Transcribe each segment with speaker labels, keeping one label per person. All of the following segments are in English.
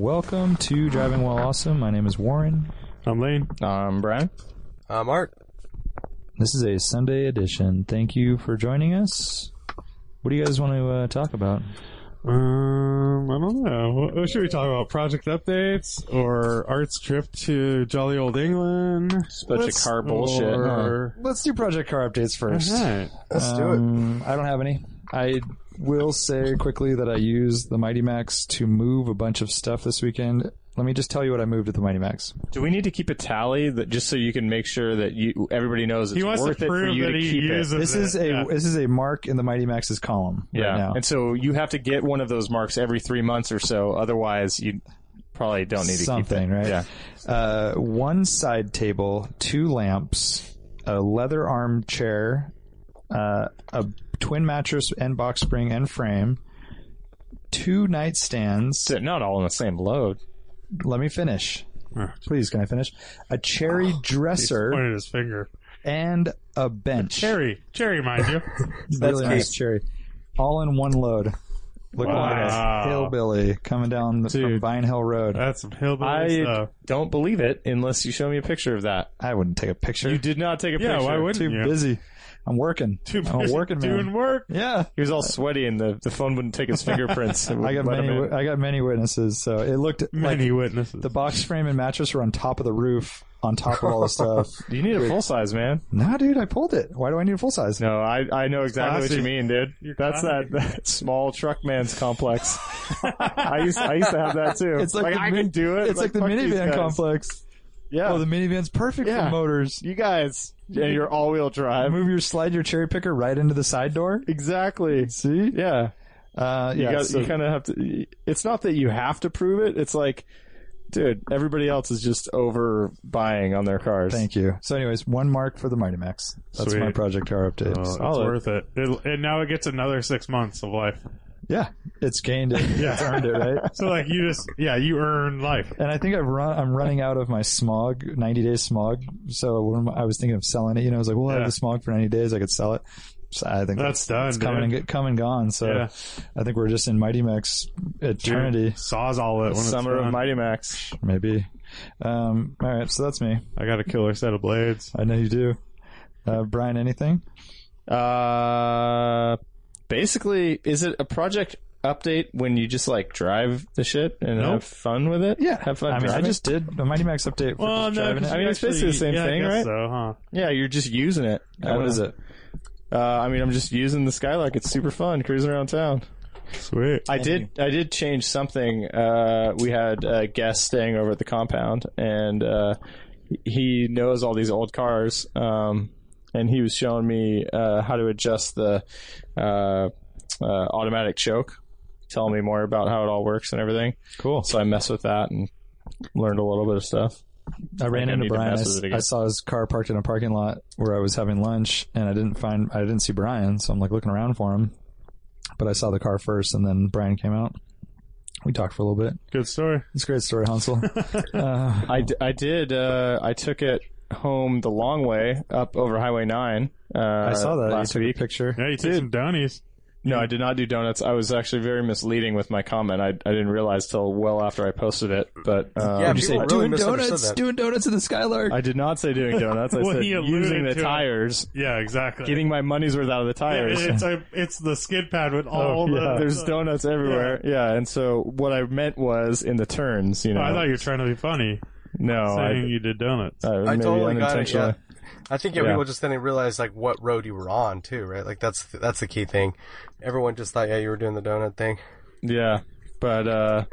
Speaker 1: Welcome to Driving While Awesome. My name is Warren.
Speaker 2: I'm Lane.
Speaker 1: I'm Brian.
Speaker 3: I'm Art.
Speaker 1: This is a Sunday edition. Thank you for joining us. What do you guys want to uh, talk about?
Speaker 2: Um, I don't know. What, what should we talk about? Project updates or Art's trip to jolly old England? It's
Speaker 4: bunch of car bullshit.
Speaker 2: Or...
Speaker 1: Let's do project car updates first.
Speaker 2: Alright.
Speaker 3: Let's do
Speaker 1: Um, I don't have any. I will say quickly that I used the Mighty Max to move a bunch of stuff this weekend. Let me just tell you what I moved with the Mighty Max.
Speaker 5: Do we need to keep a tally that just so you can make sure that you everybody knows it's
Speaker 2: He wants to
Speaker 5: worth it for
Speaker 2: prove
Speaker 5: you
Speaker 2: that
Speaker 5: to
Speaker 2: he
Speaker 5: keep
Speaker 2: uses
Speaker 5: it?
Speaker 1: This
Speaker 2: it.
Speaker 1: is a
Speaker 2: Yeah.
Speaker 1: this is a mark in the Mighty Max's column right now.
Speaker 5: and so you have to get one of those marks every three months or so. Otherwise, you probably don't need to
Speaker 1: Something,
Speaker 5: keep it.
Speaker 1: right?
Speaker 5: Yeah,
Speaker 1: Uh, one side table, two lamps, a leather armchair, uh, a twin mattress and box spring and frame, two nightstands.
Speaker 5: so not all in the same load.
Speaker 1: Let me finish.
Speaker 2: Oh,
Speaker 1: Please, can I finish? A cherry dresser.
Speaker 2: Pointed his finger.
Speaker 1: and a bench.
Speaker 2: Cherry. Cherry, mind you.
Speaker 1: That's really nice cherry. All in one load. Look
Speaker 2: Wow.
Speaker 1: at this hillbilly coming down the, from
Speaker 2: Dude. Uh,
Speaker 1: Vine Hill Road.
Speaker 2: That's some hillbilly
Speaker 5: I
Speaker 2: stuff.
Speaker 5: don't believe it unless you show me a picture of that.
Speaker 1: I wouldn't take a picture.
Speaker 5: You did not take a
Speaker 2: Yeah,
Speaker 5: picture.
Speaker 2: why wouldn't
Speaker 1: Too
Speaker 2: you?
Speaker 1: busy. I'm working.
Speaker 2: Too
Speaker 1: I'm
Speaker 2: busy
Speaker 1: a working man.
Speaker 2: doing work.
Speaker 1: yeah.
Speaker 5: He was all sweaty and the, the phone wouldn't take his fingerprints. It
Speaker 1: I got
Speaker 5: wouldn't let
Speaker 1: many.
Speaker 5: him in.
Speaker 1: wi- I got many witnesses. So it looked like
Speaker 2: Many witnesses.
Speaker 1: the box frame and mattress were on top of the roof, on top of all the stuff.
Speaker 5: You need a full size, man.
Speaker 1: nah, dude, I pulled it. Why do I need a full size?
Speaker 5: No, I I know exactly what
Speaker 2: Classy.
Speaker 5: you mean, dude.
Speaker 2: You're
Speaker 5: That's
Speaker 2: classy.
Speaker 5: that, that small truck man's complex. I used I used to have that too.
Speaker 1: It's like the
Speaker 5: I
Speaker 1: min-
Speaker 5: can do it.
Speaker 1: It's like, the
Speaker 5: fuck these
Speaker 1: minivan
Speaker 5: guys.
Speaker 1: complex.
Speaker 5: Yeah,
Speaker 1: Oh, the minivan's perfect
Speaker 5: Yeah.
Speaker 1: for motors.
Speaker 5: you guys. Yeah, your all wheel drive.
Speaker 1: Move your slide your cherry picker right into the side door.
Speaker 5: Exactly.
Speaker 1: See?
Speaker 5: Yeah.
Speaker 1: Uh,
Speaker 5: You,
Speaker 1: yeah,
Speaker 5: got,
Speaker 1: so-
Speaker 5: you kind of have to. It's not that you have to prove it. It's like, dude, everybody else is just over buying on their cars.
Speaker 1: thank you. So, anyways, one mark for the Mighty Max. That's
Speaker 2: Sweet.
Speaker 1: my project car update.
Speaker 2: Oh, it's
Speaker 5: Solid.
Speaker 2: worth it. it. And now it gets another six months of life.
Speaker 1: Yeah, it's gained it. It's earned it, right?
Speaker 2: So like you just yeah you earn life.
Speaker 1: And I think I've run. I'm running out of my smog, 90 days smog. So when I was thinking of selling it, you know, I was like, "Well, I have
Speaker 2: Yeah.
Speaker 1: the smog for 90 days. I could sell it." So I think
Speaker 2: That's done.
Speaker 1: it's coming and
Speaker 2: dude.
Speaker 1: get, come and gone. So
Speaker 2: Yeah.
Speaker 1: I think we're just in Mighty Max
Speaker 2: Dude,
Speaker 1: eternity,
Speaker 2: Saws all it. When it's
Speaker 5: Summer
Speaker 2: done.
Speaker 5: of Mighty Max.
Speaker 1: maybe. Um, all right, so that's me.
Speaker 2: I got a killer set of blades.
Speaker 1: I know you do, uh, Brian. Anything?
Speaker 5: Uh, basically, is it a project update when you just like drive the shit and
Speaker 2: Nope.
Speaker 5: have fun with it?
Speaker 1: Yeah.
Speaker 5: have fun.
Speaker 1: I mean, I
Speaker 5: driving?
Speaker 1: just did a Mighty Max update. For just driving
Speaker 2: Oh, 'cause
Speaker 1: it.
Speaker 5: I
Speaker 2: you
Speaker 5: mean, it's basically the same
Speaker 2: yeah, I
Speaker 5: thing,
Speaker 2: guess
Speaker 5: right?
Speaker 2: So, huh?
Speaker 5: yeah, you're just using it. I
Speaker 1: Uh, what
Speaker 5: don't
Speaker 1: is
Speaker 5: know.
Speaker 1: it?
Speaker 5: Uh, I mean, I'm just using the Skylark. It's super fun cruising around town.
Speaker 2: Sweet.
Speaker 5: I did. I did change something. Uh, we had a guest staying over at the compound, and uh, he knows all these old cars. Um, and he was showing me uh, how to adjust the uh, uh, automatic choke, telling me more about how it all works and everything.
Speaker 1: Cool.
Speaker 5: So I messed with that and learned a little bit of stuff.
Speaker 1: I ran
Speaker 5: I
Speaker 1: into
Speaker 5: need to
Speaker 1: Brian. I,
Speaker 5: mess with
Speaker 1: s-
Speaker 5: it again.
Speaker 1: I saw his car parked in a parking lot where I was having lunch, and I didn't find, I didn't see Brian, so I'm like looking around for him. But I saw the car first, and then Brian came out. We talked for a little bit.
Speaker 2: Good story.
Speaker 1: It's a great story, Hansel. uh,
Speaker 5: I, d- I did. Uh, I took it home the long way up over Highway Nine. Uh,
Speaker 1: I saw that
Speaker 5: last
Speaker 1: you took a
Speaker 5: week.
Speaker 1: picture.
Speaker 2: Yeah, you took some downies.
Speaker 5: No, I did not do donuts. I was actually very misleading with my comment. I, I didn't realize till well after I posted it, but um,
Speaker 3: Yeah,
Speaker 1: Did you say
Speaker 3: People really
Speaker 1: doing
Speaker 3: misunderstood
Speaker 1: donuts?
Speaker 3: that.
Speaker 1: Doing donuts in the Skylark.
Speaker 5: I did not say doing donuts. I
Speaker 2: Well,
Speaker 5: said
Speaker 2: he alluded
Speaker 5: using the
Speaker 2: to it.
Speaker 5: tires,
Speaker 2: Yeah, exactly.
Speaker 5: getting my money's worth out of the
Speaker 2: Yeah,
Speaker 5: tires. Oh,
Speaker 2: it's a, it's the skid pad with all the.
Speaker 5: There's
Speaker 2: the-
Speaker 5: donuts everywhere. Yeah. and so what I meant was in the turns, you know.
Speaker 2: Oh, I thought you were trying to be funny,
Speaker 5: no,
Speaker 2: saying
Speaker 5: Oh, I,
Speaker 2: you did donuts.
Speaker 5: uh,
Speaker 3: I
Speaker 5: maybe
Speaker 3: totally got it.
Speaker 5: unintentionally.
Speaker 3: Yeah. I think yeah,
Speaker 5: Yeah.
Speaker 3: people just didn't realize like what road you were on too, right? Like that's that's the key thing. Everyone just thought yeah you were doing the donut thing.
Speaker 5: Yeah, but uh,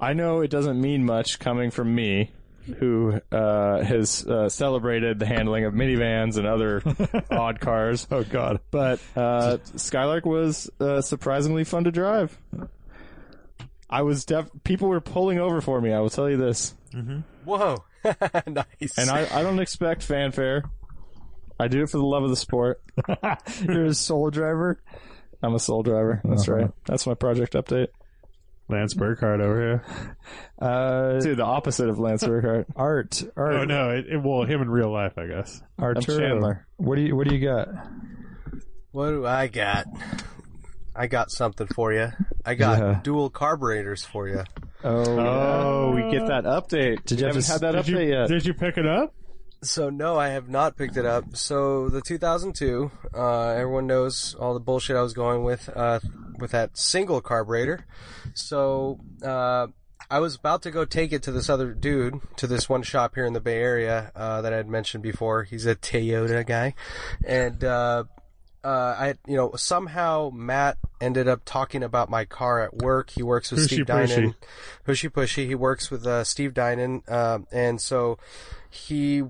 Speaker 5: I know it doesn't mean much coming from me, who uh, has uh, celebrated the handling of minivans and other odd cars. Oh God! But uh, Skylark was uh, surprisingly fun to drive. I was def- people were pulling over for me. I will tell you this,
Speaker 3: Whoa, nice.
Speaker 5: and I, I don't expect fanfare. I do it for the love of the sport.
Speaker 1: You're a soul driver. Uh-huh.
Speaker 5: I'm a soul driver. That's right. That's my project update.
Speaker 2: Lance Burkhardt over here.
Speaker 1: Uh,
Speaker 5: Dude, the opposite of Lance Burkhart.
Speaker 1: art, art,
Speaker 2: Oh no, it, it well him in real life, I guess.
Speaker 1: Arturo.
Speaker 5: Chandler.
Speaker 1: What do you What do you got?
Speaker 3: what do I got? I got something for you. I got
Speaker 1: Yeah.
Speaker 3: dual carburetors for you.
Speaker 1: Oh,
Speaker 5: Oh, we get that
Speaker 1: Did
Speaker 5: update.
Speaker 1: you
Speaker 5: Did you
Speaker 1: have
Speaker 5: haven't
Speaker 1: to-
Speaker 5: had that uh,
Speaker 2: Did
Speaker 5: update
Speaker 2: you,
Speaker 5: yet?
Speaker 2: did you pick it up?
Speaker 3: So no, I have not picked it up. So the 2002, uh, everyone knows all the bullshit I was going with uh, with that single carburetor. So uh, I was about to go take it to this other dude to this one shop here in the Bay Area uh, that I had mentioned before. He's a Toyota guy, and. Uh, uh, I, you know, somehow Matt ended up talking about my car at work. He works with
Speaker 2: Pushy
Speaker 3: Steve
Speaker 2: pushy.
Speaker 3: Dinan. Pushy Pushy. He works with uh, Steve Dinan, um, and so he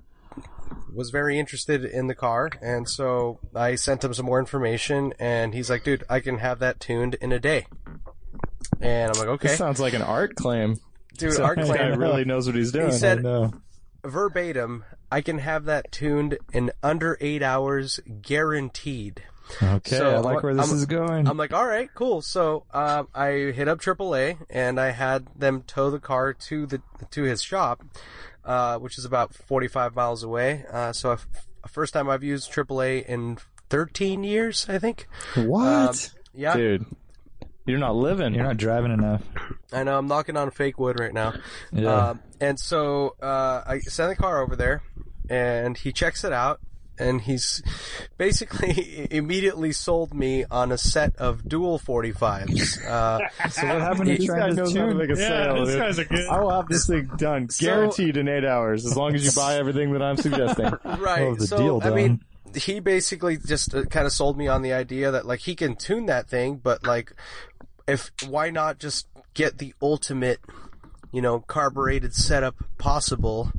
Speaker 3: was very interested in the car, and so I sent him some more information, and he's like, "Dude, I can have that tuned in a day." And I'm like,
Speaker 5: This
Speaker 3: "Okay,
Speaker 5: sounds like an art claim.
Speaker 3: dude, our
Speaker 5: This guy
Speaker 3: claim
Speaker 5: really knows what he's doing.
Speaker 3: He said
Speaker 1: no.
Speaker 3: verbatim, I can have that tuned in under eight hours, guaranteed."
Speaker 1: Okay,
Speaker 3: So,
Speaker 1: I like where this
Speaker 3: I'm-
Speaker 1: is going.
Speaker 3: I'm like, all right, cool. So uh, I hit up AAA and I had them tow the car to the to his shop, uh, which is about 45 miles away. Uh, so I f- first time I've used AAA in 13 years, I think. Um,
Speaker 1: what?
Speaker 3: yeah,
Speaker 5: Dude, you're not living.
Speaker 1: You're not driving enough.
Speaker 3: I know. I'm knocking on fake wood right now.
Speaker 1: Yeah.
Speaker 3: Um, and so uh, I send the car over there, and he checks it out, and he's basically immediately sold me on a set of dual 45s. Uh,
Speaker 1: so what happened to
Speaker 5: this guy
Speaker 1: trying to
Speaker 5: knows how to
Speaker 1: tune?
Speaker 5: make a
Speaker 2: Yeah,
Speaker 5: sale.
Speaker 2: this
Speaker 5: dude.
Speaker 2: guy's a good.
Speaker 5: I will have this thing done, guaranteed in eight hours, as long as you buy everything that I'm suggesting.
Speaker 3: right.
Speaker 1: Well, the
Speaker 3: so
Speaker 1: deal
Speaker 3: I mean, he basically just uh, kind of sold me on the idea that like he can tune that thing, but like, if why not just get the ultimate, you know, carbureted setup possible?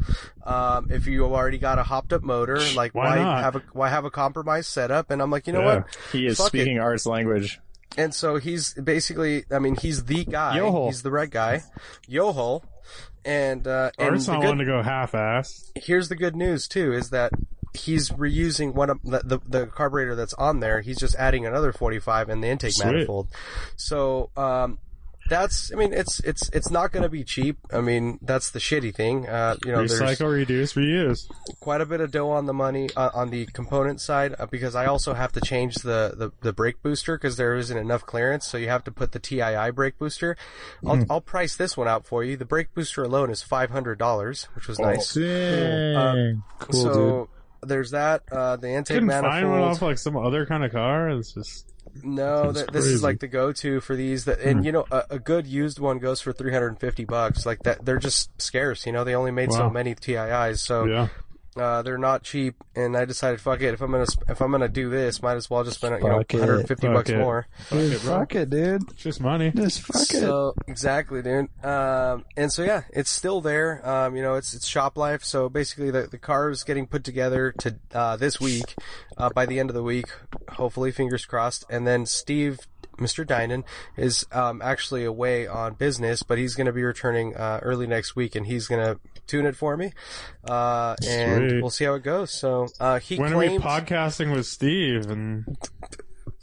Speaker 3: Um, if you already got a hopped up motor, like
Speaker 2: Why
Speaker 3: why,
Speaker 2: not?
Speaker 3: have a why have a compromised setup? And I'm like, you know
Speaker 2: Yeah.
Speaker 3: what?
Speaker 5: He is
Speaker 3: Fuck it.
Speaker 5: speaking art's language.
Speaker 3: And so he's basically, I mean, he's the guy.
Speaker 5: Yoho.
Speaker 3: He's the right guy. Yoho. And, uh, and
Speaker 2: Art's
Speaker 3: the
Speaker 2: not
Speaker 3: good-
Speaker 2: wanting to go half-ass.
Speaker 3: here's the good news too is that he's reusing one of the, the, the carburetor that's on there he's just adding another 45 in the intake
Speaker 2: Sweet.
Speaker 3: manifold so um that's i mean it's it's it's not going to be cheap i mean that's the shitty thing uh you know there's
Speaker 2: Recycle, reduce, reuse.
Speaker 3: quite a bit of dough on the money uh, on the component side uh, because i also have to change the the, the brake booster because there isn't enough clearance so you have to put the tii brake booster I'll,
Speaker 2: Mm.
Speaker 3: I'll price this one out for you the brake booster alone is $500 which was nice
Speaker 5: Um,
Speaker 1: Cool, dude.
Speaker 3: so there's that. Uh, the intake
Speaker 2: Couldn't
Speaker 3: manifold.
Speaker 2: find one off like some other kind of car. It's just
Speaker 3: no,
Speaker 2: That's
Speaker 3: th- this is
Speaker 2: crazy.
Speaker 3: like the go-to for these. That
Speaker 1: Hmm.
Speaker 3: and you know a, a good used one goes for 350 bucks. Like that, they're just scarce. You know, they only made so
Speaker 2: Wow.
Speaker 3: many TIIs, so
Speaker 5: Oh.
Speaker 2: yeah.
Speaker 3: uh, they're not cheap. And I decided, fuck it. If I'm gonna sp- if I'm gonna do this, might as well just spend you know
Speaker 1: Fuck it.
Speaker 3: 150
Speaker 2: Fuck
Speaker 3: bucks
Speaker 2: it.
Speaker 3: more.
Speaker 1: Dude, fuck it, dude.
Speaker 2: It's just money.
Speaker 1: Just fuck it.
Speaker 3: So exactly, dude. Um, and so yeah, it's still there. Um, you know, it's it's shop life. So basically, the the car is getting put together to uh, this week, uh, by the end of the week, hopefully, fingers crossed. And then Steve, Mr. Dinan, is um, actually away on business, but he's going to be returning uh, early next week, and he's going to tune it for me, uh, and
Speaker 2: Sweet.
Speaker 3: we'll see how it goes. So uh, he
Speaker 2: When are we
Speaker 3: claims
Speaker 2: podcasting with Steve? And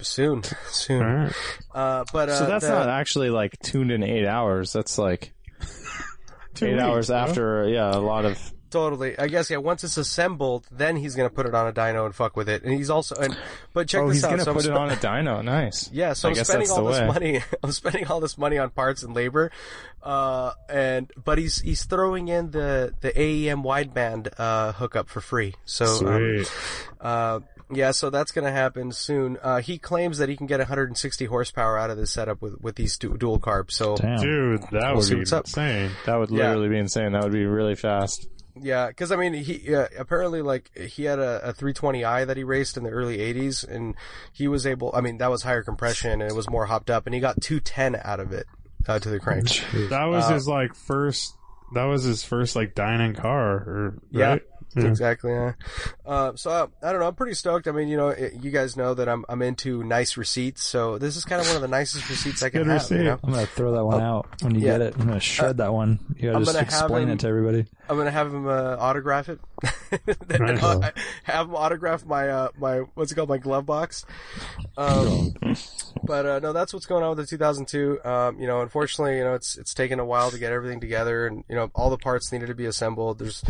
Speaker 3: soon, soon.
Speaker 2: all right.
Speaker 3: Uh, but uh,
Speaker 5: So that's
Speaker 3: the-
Speaker 5: not actually like tuned in eight hours. That's like eight
Speaker 2: weeks,
Speaker 5: hours
Speaker 2: huh?
Speaker 5: after, yeah, a lot of.
Speaker 3: Totally. I guess yeah. Once it's assembled, then he's gonna put it on a dyno and fuck with it. And he's also and but check
Speaker 5: Oh,
Speaker 3: this
Speaker 5: he's
Speaker 3: out.
Speaker 5: gonna
Speaker 3: so I'm
Speaker 5: put it
Speaker 3: spe-
Speaker 5: on a dyno. Nice.
Speaker 3: Yeah, so
Speaker 5: I
Speaker 3: I'm
Speaker 5: guess
Speaker 3: spending
Speaker 5: that's
Speaker 3: all
Speaker 5: the
Speaker 3: this
Speaker 5: way.
Speaker 3: money. I'm spending all this money on parts and labor, uh, and but he's he's throwing in the the AEM wideband uh, hookup for free. So um,
Speaker 2: Sweet.
Speaker 3: uh, yeah, so that's gonna happen soon. Uh, he claims that he can get 160 horsepower out of this setup with with these du- dual carbs. So
Speaker 1: Damn.
Speaker 2: Dude, that
Speaker 3: see
Speaker 2: would be
Speaker 3: what's up.
Speaker 2: insane.
Speaker 5: That would
Speaker 3: Yeah.
Speaker 5: literally be insane. That would be really fast.
Speaker 3: Yeah, because I mean, he uh, apparently like he had a, a 320i that he raced in the early 80s, and he was able. I mean, that was higher compression and it was more hopped up, and he got 210 out of it uh, to the crank.
Speaker 2: That was his like first. That was his first like dining car. Or,
Speaker 3: Yeah,
Speaker 2: right?
Speaker 3: That's exactly. Yeah. Uh, so I, I don't know. I'm pretty stoked. I mean, you know, it, you guys know that I'm I'm into nice receipts. So this is kind of one of the nicest receipts I can
Speaker 2: Good
Speaker 3: have. You
Speaker 2: receipt.
Speaker 3: know?
Speaker 1: I'm gonna throw that one out when you
Speaker 3: yeah.
Speaker 1: get it. I'm gonna shred that one. You gotta
Speaker 3: I'm
Speaker 1: just
Speaker 3: gonna have
Speaker 1: explain
Speaker 3: him-
Speaker 1: it to everybody.
Speaker 3: I'm gonna have him uh, autograph it.
Speaker 2: Nice.
Speaker 3: Uh, have him autograph my uh, my what's it called my glove box. Um, but uh, no, that's what's going on with the 2002. Um, you know, unfortunately, you know it's it's taken a while to get everything together, and you know all the parts needed to be assembled. There's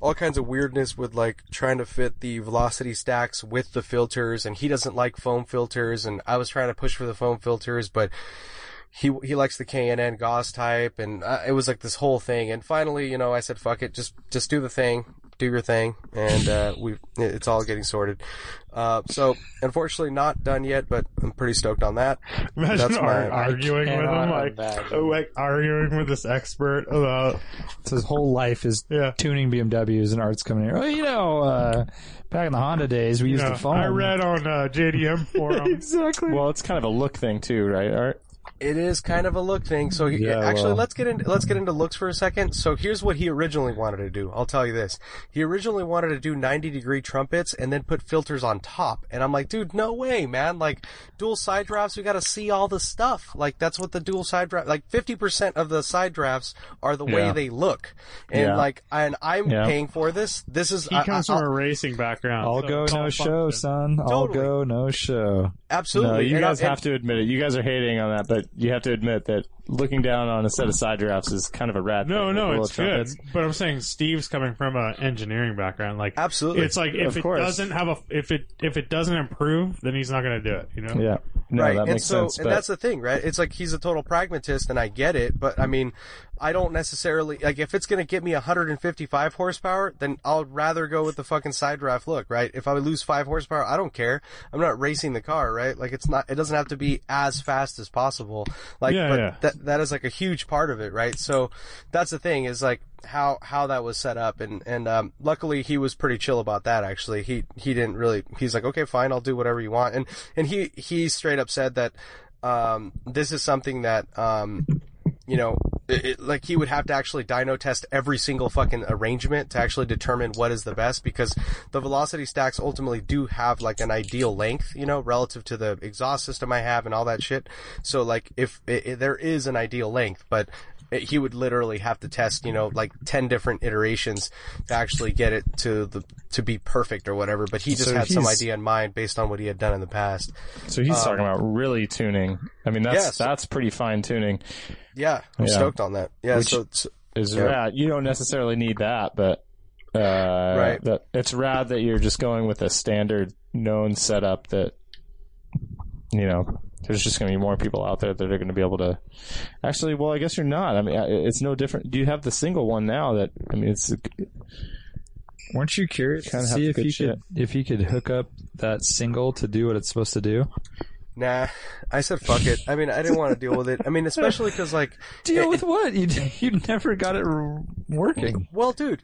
Speaker 3: all kinds of weirdness with like trying to fit the velocity stacks with the filters, and he doesn't like foam filters, and I was trying to push for the foam filters, but he he likes the KNN Gauss type, and uh, it was like this whole thing. And finally, you know, I said, "Fuck it, just just do the thing, do your thing," and uh, we it's all getting sorted. Uh, so unfortunately, not done yet, but I'm pretty stoked on that.
Speaker 2: Imagine
Speaker 3: That's
Speaker 2: ar-
Speaker 3: my-
Speaker 2: arguing with
Speaker 6: cannot
Speaker 2: him, like,
Speaker 6: imagine.
Speaker 2: oh, like arguing with this expert about
Speaker 1: So his whole life is
Speaker 2: yeah.
Speaker 1: tuning BMWs and arts coming here. Oh, you know, uh, back in the Honda days, we used
Speaker 2: yeah.
Speaker 1: the phone.
Speaker 2: I read on uh, JDM forum.
Speaker 1: exactly.
Speaker 5: Well, it's kind of a look thing too, right? Art?
Speaker 3: It is kind of a look thing. So he,
Speaker 1: Yeah,
Speaker 3: actually,
Speaker 1: well.
Speaker 3: let's get into let's get into looks for a second. So here's what he originally wanted to do. I'll tell you this. He originally wanted to do 90 degree trumpets and then put filters on top. And I'm like, dude, no way, man. Like dual side drafts, we got to see all the stuff. Like that's what the dual side draft. Like 50% of the side drafts are the way
Speaker 5: Yeah.
Speaker 3: they look. And
Speaker 5: Yeah.
Speaker 3: like, and I'm
Speaker 5: Yeah.
Speaker 3: paying for this. This is
Speaker 2: he
Speaker 3: I-
Speaker 2: comes
Speaker 3: I-
Speaker 2: from a racing background.
Speaker 1: I'll
Speaker 2: so
Speaker 1: go
Speaker 2: it's all
Speaker 1: no show,
Speaker 2: function.
Speaker 1: son. I'll
Speaker 3: Totally.
Speaker 1: go no show.
Speaker 3: absolutely.
Speaker 5: No, you
Speaker 3: And I-
Speaker 5: guys
Speaker 3: and-
Speaker 5: have to admit it. You guys are hating on that, but you have to admit that looking down on a set of side drafts is kind of a rad.
Speaker 2: No,
Speaker 5: thing,
Speaker 2: no,
Speaker 5: Little
Speaker 2: it's
Speaker 5: trumpets.
Speaker 2: good. But I'm saying Steve's coming from an engineering background. Like,
Speaker 3: Absolutely.
Speaker 2: it's like if
Speaker 5: Of
Speaker 2: it
Speaker 5: course.
Speaker 2: doesn't have a if it if it doesn't improve, then he's not going to do it. You know.
Speaker 5: Yeah, no,
Speaker 3: right.
Speaker 5: that
Speaker 3: and
Speaker 5: makes
Speaker 3: so,
Speaker 5: sense.
Speaker 3: and
Speaker 5: but-
Speaker 3: that's the thing, right? It's like he's a total pragmatist, and I get it, but I mean, I don't necessarily like if it's going to get me 155 horsepower, then I'll rather go with the fucking side draft look, right? If I would lose five horsepower, I don't care. I'm not racing the car, right? Like it's not, it doesn't have to be as fast as possible. Like,
Speaker 2: Yeah,
Speaker 3: but
Speaker 2: yeah.
Speaker 3: that that is like a huge part of it, right? So that's the thing is like how how that was set up, and and um, luckily he was pretty chill about that. Actually, he he didn't really. He's like, okay, fine, I'll do whatever you want, and and he he straight up said that um, this is something that um, you know, it, it, like he would have to actually dyno test every single fucking arrangement to actually determine what is the best because the velocity stacks ultimately do have like an ideal length, you know, relative to the exhaust system I have and all that shit. So like if it, it, there is an ideal length, but it, he would literally have to test, you know, like 10 different iterations to actually get it to the, to be perfect or whatever. But he just
Speaker 5: So
Speaker 3: had some
Speaker 5: he's-
Speaker 3: idea in mind based on what he had done in the past.
Speaker 5: So he's talking about really tuning. I mean, that's
Speaker 3: um, Yes.
Speaker 5: that's pretty fine tuning.
Speaker 3: Yeah. I'm
Speaker 5: Yeah.
Speaker 3: stoked on that. Yeah. so it's,
Speaker 5: Is
Speaker 3: Yeah.
Speaker 5: rad. You don't necessarily need that, but uh, right. That, it's rad that you're just going with a standard known setup that you know. There's just going to be more people out there that are going to be able to. Actually, well, I guess you're not. I mean, I- it's no different. Do you have the single one now? That I mean, it's
Speaker 1: Weren't you curious
Speaker 5: Kinda
Speaker 1: to
Speaker 5: have
Speaker 1: see if
Speaker 5: good
Speaker 1: you
Speaker 5: shit.
Speaker 1: could if you could hook up that single to do what it's supposed to do?
Speaker 3: Nah, I said fuck it. I mean, I didn't want to deal with it. I mean, especially because like,
Speaker 1: Deal
Speaker 3: it-
Speaker 1: with what? You you never got it r- working.
Speaker 3: well, dude,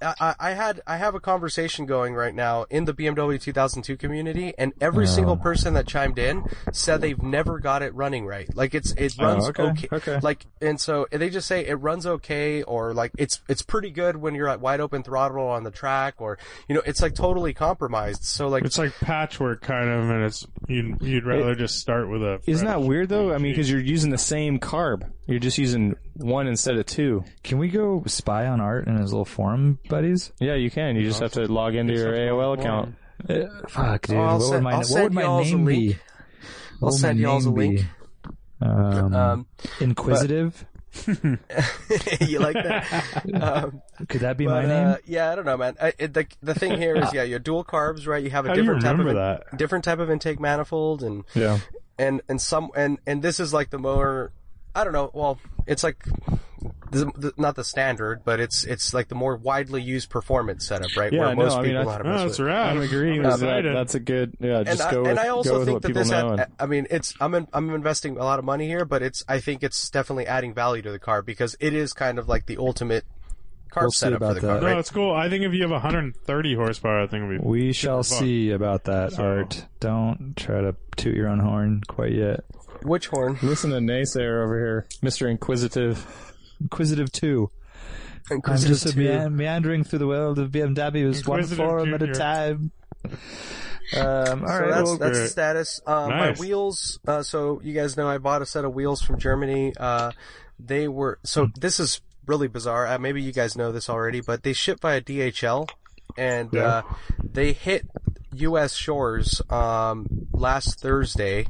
Speaker 3: I, I- I had I have a conversation going right now in the BMW 2002 community, and every
Speaker 1: Oh.
Speaker 3: single person that chimed in said they've never got it running right. Like it's it runs
Speaker 1: Oh, okay, okay.
Speaker 3: Like and so and they just say it runs okay, or like it's it's pretty good when you're at wide open throttle on the track, or you know, it's like totally compromised. So like,
Speaker 2: It's like patchwork kind of, and it's you'd, you'd rather just start with a.
Speaker 5: isn't that weird though? I mean, because you're using the same carb. You're just using one instead of two.
Speaker 1: Can we go spy on Art and his little forum buddies?
Speaker 5: Yeah, you can. You just have to log into your AOL account.
Speaker 1: Uh, fuck, dude.
Speaker 3: Oh, I'll
Speaker 1: what would
Speaker 3: send-
Speaker 1: my
Speaker 3: I'll
Speaker 1: what would
Speaker 3: send
Speaker 1: my
Speaker 3: y'all's a
Speaker 1: name be?
Speaker 3: link. I'll
Speaker 1: What would
Speaker 3: send
Speaker 1: my
Speaker 3: y'all's a
Speaker 1: name
Speaker 3: link.
Speaker 1: be? Um,
Speaker 3: um,
Speaker 1: inquisitive.
Speaker 3: you like that? um,
Speaker 1: Could that be my
Speaker 3: But,
Speaker 1: name?
Speaker 3: uh, yeah, I don't know, man. I, it, the the thing here is, yeah, your dual carbs, right? You have a
Speaker 2: How do you
Speaker 3: different type of
Speaker 2: remember
Speaker 3: in- different type of intake manifold, and
Speaker 5: Yeah.
Speaker 3: and and some and and this is like the more, I don't know. Well, it's like. The, the, not the standard, but it's it's like the more widely used performance setup, right?
Speaker 5: Yeah,
Speaker 3: Where most
Speaker 5: no, I mean,
Speaker 3: people
Speaker 5: I-
Speaker 3: how to mess
Speaker 2: Oh,
Speaker 3: with.
Speaker 2: that's rad.
Speaker 5: I'm agreeing
Speaker 2: I'm
Speaker 5: with that.
Speaker 2: excited.
Speaker 5: That's a good yeah.
Speaker 3: and
Speaker 5: Just
Speaker 3: I,
Speaker 5: go with,
Speaker 3: and I also
Speaker 5: go with
Speaker 3: think
Speaker 5: what
Speaker 3: that
Speaker 5: people
Speaker 3: this.
Speaker 5: know.
Speaker 3: Had,
Speaker 5: and-
Speaker 3: I mean, it's I'm in, I'm investing a lot of money here, but it's I think it's definitely adding value to the car because it is kind of like the ultimate carb
Speaker 1: We'll see
Speaker 3: setup for
Speaker 1: about
Speaker 3: the
Speaker 1: that.
Speaker 3: car.
Speaker 2: No,
Speaker 3: Right?
Speaker 2: it's cool. I think if you have 130 horsepower, I think it'll be.
Speaker 1: We shall
Speaker 2: fun.
Speaker 1: see about that, Art. Don't try to toot your own horn quite yet.
Speaker 3: Which horn?
Speaker 5: Listen to naysayer over here, Mister Inquisitive.
Speaker 1: Inquisitive 2. I'm
Speaker 3: Inquisitive
Speaker 1: just a
Speaker 3: two.
Speaker 1: mea- meandering through the world of BMWs, one
Speaker 2: Inquisitive
Speaker 1: forum at a
Speaker 2: Junior.
Speaker 1: time. Um, all
Speaker 3: So
Speaker 1: right,
Speaker 3: that's
Speaker 1: well,
Speaker 2: great.
Speaker 3: that's the status. Uh,
Speaker 2: Nice.
Speaker 3: My wheels. Uh, so you guys know I bought a set of wheels from Germany. Uh, they were so this is really bizarre. Uh, maybe you guys know this already, but they ship via DHL, and uh, they hit U.S. shores um, last Thursday.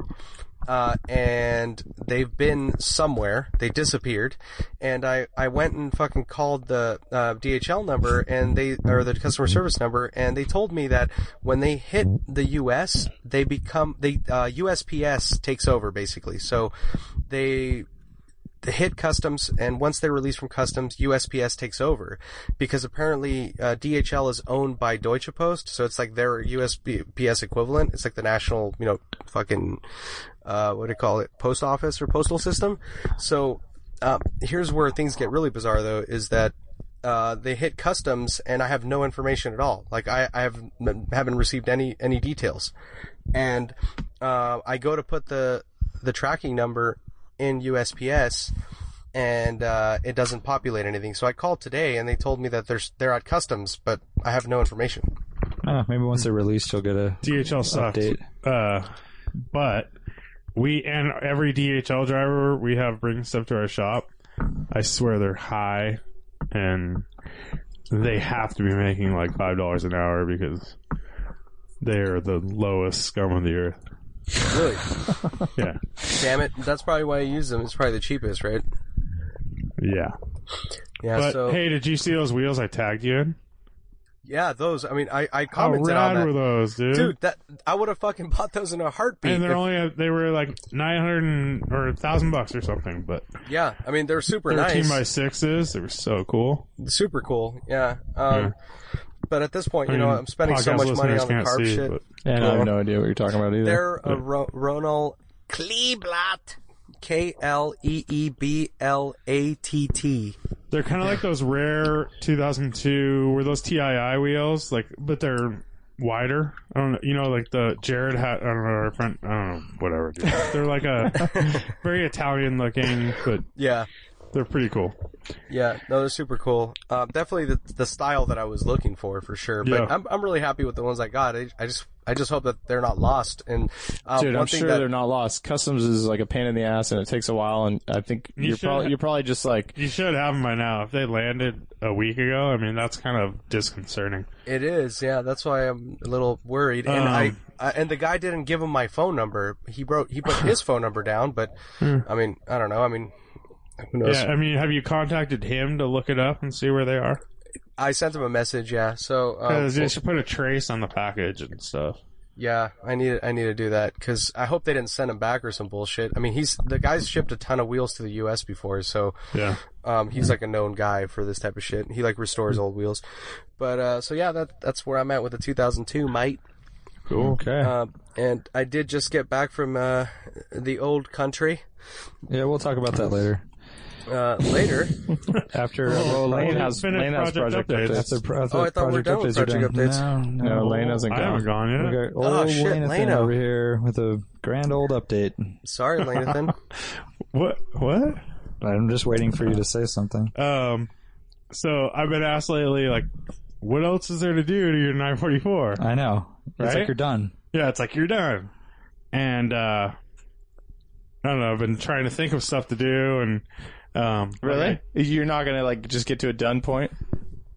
Speaker 3: Uh, and they've been somewhere. They disappeared, and I, I went and fucking called the uh, DHL number and they or the customer service number, and they told me that when they hit the U.S., they become they uh, USPS takes over basically. So they they hit customs, and once they're released from customs, USPS takes over because apparently uh, DHL is owned by Deutsche Post, so it's like their USPS equivalent. It's like the national, you know, fucking uh, what do you call it, post office or postal system. So uh, here's where things get really bizarre, though, is that. Uh, they hit customs and I have no information at all. Like I, I have n- haven't received any any details, and uh, I go to put the the tracking number in USPS, and uh, it doesn't populate anything. So I called today, and they told me that they're they're at customs, but I have no information.
Speaker 1: uh, maybe once they're released, you'll get a.
Speaker 2: DHL sucks.
Speaker 1: Update.
Speaker 2: Uh, but we and every DHL driver we have brings stuff to our shop. I swear they're high, and they have to be making like five dollars an hour because they are the lowest scum of the earth.
Speaker 3: Really,
Speaker 2: Yeah,
Speaker 3: damn it! That's probably why I use them. It's probably the cheapest, right?
Speaker 2: yeah.
Speaker 3: Yeah.
Speaker 2: But
Speaker 3: so
Speaker 2: hey, did you see those wheels I tagged you in?
Speaker 3: yeah, those. I mean, I I
Speaker 2: How
Speaker 3: commented on
Speaker 2: rad were
Speaker 3: that.
Speaker 2: those, dude?
Speaker 3: Dude, that I would have fucking bought those in a heartbeat.
Speaker 2: and they're
Speaker 3: if-
Speaker 2: only they were like nine hundred or thousand bucks or something, but
Speaker 3: yeah, I mean they're super
Speaker 2: thirteen
Speaker 3: nice,
Speaker 2: by sixes. They were so cool.
Speaker 3: super cool. Yeah. Um,
Speaker 2: Yeah.
Speaker 3: But at this point,
Speaker 2: I
Speaker 3: you know,
Speaker 2: mean,
Speaker 3: I'm spending so
Speaker 2: podcast
Speaker 3: much money
Speaker 2: listeners
Speaker 3: on the
Speaker 2: can't
Speaker 3: carb
Speaker 2: see,
Speaker 3: shit.
Speaker 2: but-
Speaker 5: And I have no idea what you're talking about either.
Speaker 3: They're a Ro- Ronal Kleeblatt. K L E E B L A T T.
Speaker 2: They're kind of like those rare 2002 were those TII wheels, like, but they're wider. I don't know, you know, like the Jared had. I don't know, our friend. I don't know, whatever. Dude. They're like a very Italian looking, but
Speaker 3: Yeah.
Speaker 2: they're pretty cool.
Speaker 3: Yeah, no, they're super cool. Uh, definitely the, the style that I was looking for for sure. But
Speaker 2: Yeah.
Speaker 3: I'm, I'm really happy with the ones I got. I, I just I just hope that they're not lost. And uh,
Speaker 5: Dude,
Speaker 3: one
Speaker 5: I'm
Speaker 3: thing
Speaker 5: sure
Speaker 3: that
Speaker 5: they're not lost. Customs is like a pain in the ass, and it takes a while. And I think
Speaker 2: You
Speaker 5: you are
Speaker 2: should
Speaker 5: probably
Speaker 2: ha-
Speaker 5: you're probably just like
Speaker 2: You should have them by now. If they landed a week ago, I mean, that's kind of disconcerting.
Speaker 3: it is. Yeah, that's why I'm a little worried. And
Speaker 2: Um,
Speaker 3: I, I and the guy didn't give him my phone number. He wrote he put his phone number down. But I mean, I don't know. I mean, who knows?
Speaker 2: Hmm. Yeah, I mean, have you contacted him to look it up and see where they are?
Speaker 3: I sent him a message. Yeah, so um,
Speaker 2: Because they should put a trace on the package and stuff.
Speaker 3: Yeah, I need I need to do that because I hope they didn't send him back or some bullshit. I mean, he's the guy's shipped a ton of wheels to the U.S. before, so
Speaker 2: Yeah.
Speaker 3: um,
Speaker 2: Hmm.
Speaker 3: he's like a known guy for this type of shit. He like restores old wheels, but uh, so yeah, that that's where I'm at with the 2002 mate.
Speaker 2: Cool.
Speaker 1: Okay.
Speaker 3: Um, and I did just get back from uh, the old country
Speaker 1: yeah, we'll talk about that later.
Speaker 3: uh, later.
Speaker 1: After uh, well,
Speaker 5: Lane
Speaker 1: Lane has.
Speaker 5: has,
Speaker 2: Finished
Speaker 5: Lane has
Speaker 2: project
Speaker 5: project
Speaker 2: updates.
Speaker 5: updates.
Speaker 1: After, pro- after
Speaker 3: Oh, I thought we were
Speaker 1: project
Speaker 3: done with
Speaker 1: updates are
Speaker 3: project
Speaker 1: done.
Speaker 3: updates.
Speaker 1: No, no,
Speaker 5: No, Lane hasn't
Speaker 2: I haven't
Speaker 5: gone.
Speaker 2: gone yet.
Speaker 1: We got old
Speaker 3: Oh, shit,
Speaker 1: Lanathan
Speaker 3: Lano.
Speaker 1: over here with a grand old update.
Speaker 3: Sorry, Lanathan.
Speaker 2: What? What?
Speaker 1: I'm just waiting for you to say something.
Speaker 2: Um, so I've been asked lately, like, what else is there to do to your 944?
Speaker 1: I know. It's
Speaker 2: Right?
Speaker 1: like you're done.
Speaker 2: Yeah, it's like you're done. And uh, I don't know. I've been trying to think of stuff to do, and um, like,
Speaker 5: You're not gonna like just get to a done point?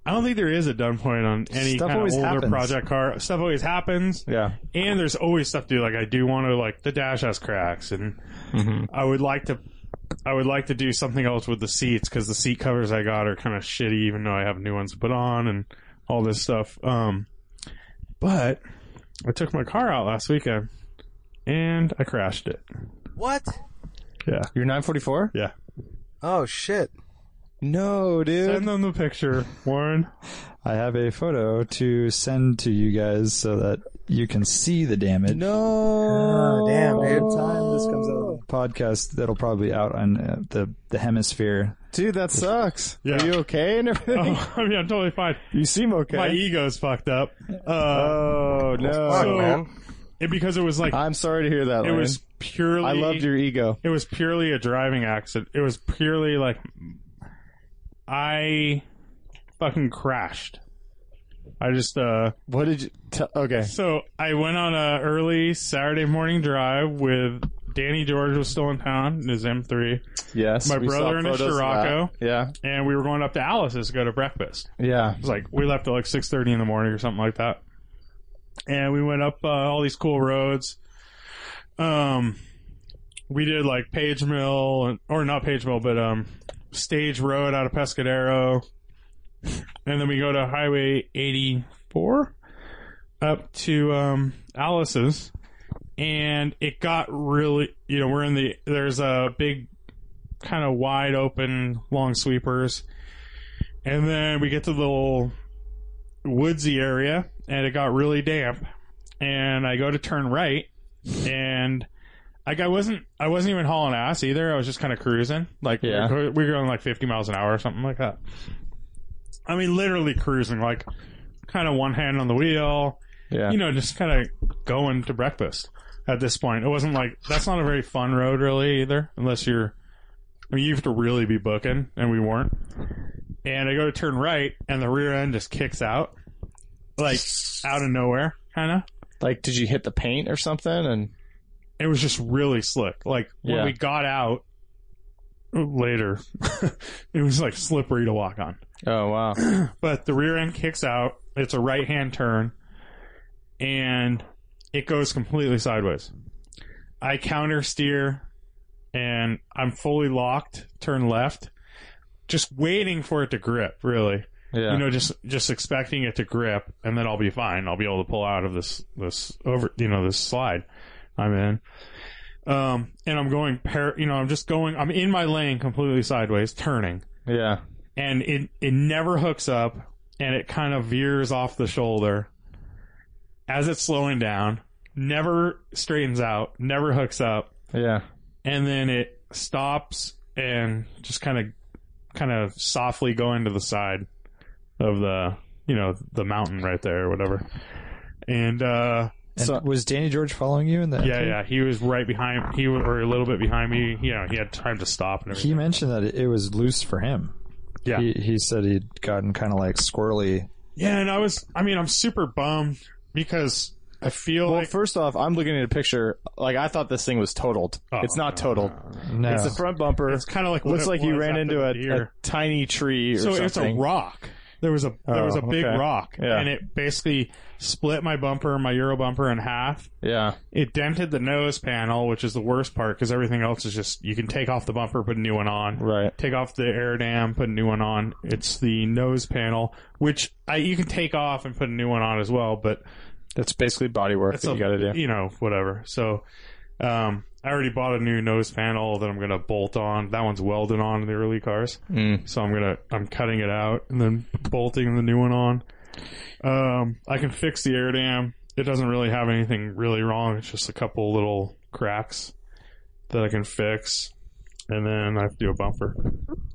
Speaker 2: I don't think there is a done point on any
Speaker 1: Stuff
Speaker 2: kind of
Speaker 1: always
Speaker 2: older
Speaker 1: happens.
Speaker 2: project car. Stuff always happens.
Speaker 5: Yeah.
Speaker 2: and there's always stuff to do. Like I do want to like the dash has cracks, and I would like to. I would like to do something else with the seats because the seat covers I got are kind of shitty, even though I have new ones to put on and all this stuff. Um, but I took my car out last weekend and I crashed it.
Speaker 3: what?
Speaker 2: Yeah,
Speaker 5: You're 944?
Speaker 2: yeah.
Speaker 3: Oh shit!
Speaker 5: No, dude.
Speaker 2: Send them the picture, Warren.
Speaker 1: I have a photo to send to you guys so that you can see the damage.
Speaker 5: No.
Speaker 3: damn,
Speaker 1: By
Speaker 3: dude.
Speaker 1: the time this comes out on the podcast, that'll probably be out on uh, the the hemisphere.
Speaker 5: Dude, that sucks.
Speaker 2: Yeah.
Speaker 5: Are you okay and everything?
Speaker 2: Oh, I mean, I'm totally fine.
Speaker 5: You seem okay.
Speaker 2: My e- ego's fucked up. Uh,
Speaker 5: oh, no.
Speaker 3: Fuck,
Speaker 2: So-
Speaker 3: man.
Speaker 2: and because it was like
Speaker 5: I'm sorry to hear that,
Speaker 2: it
Speaker 5: Lane.
Speaker 2: was purely.
Speaker 5: I loved your ego.
Speaker 2: it was purely a driving accident. It was purely like I fucking crashed. I just uh
Speaker 5: What did you? T- okay.
Speaker 2: so I went on a early Saturday morning drive with Danny George was still in town in his M3,
Speaker 5: Yes.
Speaker 2: My
Speaker 5: we saw
Speaker 2: brother and his
Speaker 5: photos of
Speaker 2: Scirocco.
Speaker 5: that. Yeah.
Speaker 2: and we were going up to Alice's to go to breakfast.
Speaker 5: Yeah.
Speaker 2: It was like we left at like six thirty in the morning or something like that, and we went up uh, all these cool roads. Um, we did like Page Mill and, or not Page Mill, but um, Stage Road out of Pescadero, and then we go to Highway eighty four up to um, Alice's, and it got really you know we're in the there's a big kind of wide open long sweepers and then we get to the little woodsy area, and it got really damp. And I go to turn right, and like I wasn't, I wasn't even hauling ass either. I was just kind of cruising, like
Speaker 5: Yeah.
Speaker 2: we were we were going like 50 miles an hour or something like that. I mean, literally cruising, like kind of one hand on the wheel,
Speaker 5: Yeah.
Speaker 2: you know, just kind of going to breakfast at this point. It wasn't like that's not a very fun road really either, unless you're. I mean, you have to really be booking, and we weren't. And I go to turn right, and the rear end just kicks out, like out of nowhere, kind of.
Speaker 5: like, did you hit the paint or something? And
Speaker 2: It was just really slick. Like when
Speaker 5: Yeah.
Speaker 2: we got out later, it was like slippery to walk on.
Speaker 5: oh wow.
Speaker 2: but the rear end kicks out. It's a right hand turn, and it goes completely sideways. I counter steer, and I'm fully locked. Turn left, just waiting for it to grip. Really,
Speaker 5: Yeah.
Speaker 2: you know, just just expecting it to grip, and then I'll be fine. I'll be able to pull out of this this over, you know, this slide I'm in. Um, and I'm going par, you know, I'm just going. I'm in my lane completely sideways, turning
Speaker 5: yeah.
Speaker 2: and it it never hooks up and it kind of veers off the shoulder as it's slowing down never straightens out never hooks up
Speaker 5: Yeah.
Speaker 2: and then it stops and just kind of kind of softly going to the side of the you know the mountain right there or whatever and uh
Speaker 1: And
Speaker 5: So-
Speaker 1: was Danny George following you in that?
Speaker 2: yeah yeah he was right behind he was or a little bit behind me you know he had time to stop and everything
Speaker 1: He mentioned that it, it was loose for him.
Speaker 2: Yeah.
Speaker 1: He, he said he'd gotten kind of like squirrely.
Speaker 2: yeah and i was i mean i'm super bummed because i feel
Speaker 5: Well,
Speaker 2: like
Speaker 5: first off, I'm looking at a picture. Like, I thought this thing was totaled.
Speaker 2: Oh,
Speaker 5: it's not
Speaker 2: no,
Speaker 5: totaled.
Speaker 1: No.
Speaker 5: It's the front bumper.
Speaker 2: It's kind of like
Speaker 5: Looks like you ran into a, a
Speaker 2: deer.
Speaker 5: tiny tree or
Speaker 2: so
Speaker 5: something.
Speaker 2: it's a rock. There was a there
Speaker 5: Oh,
Speaker 2: was a big
Speaker 5: okay.
Speaker 2: rock,
Speaker 5: Yeah.
Speaker 2: and it basically split my bumper, my Euro bumper in half.
Speaker 5: Yeah.
Speaker 2: It dented the nose panel, which is the worst part because everything else is just you can take off the bumper, put a new one on.
Speaker 5: Right.
Speaker 2: Take off the air dam, put a new one on. It's the nose panel, which I you can take off and put a new one on as well, but
Speaker 5: That's basically body work
Speaker 2: it's
Speaker 5: that
Speaker 2: a-
Speaker 5: you got to do.
Speaker 2: you know, whatever. So, um, I already bought a new nose panel that I'm gonna bolt on. That one's welded on in the early cars,
Speaker 5: Mm.
Speaker 2: so I'm gonna I'm cutting it out and then bolting the new one on. Um, I can fix the air dam. It doesn't really have anything really wrong. It's just a couple little cracks that I can fix, and then I have to do a bumper.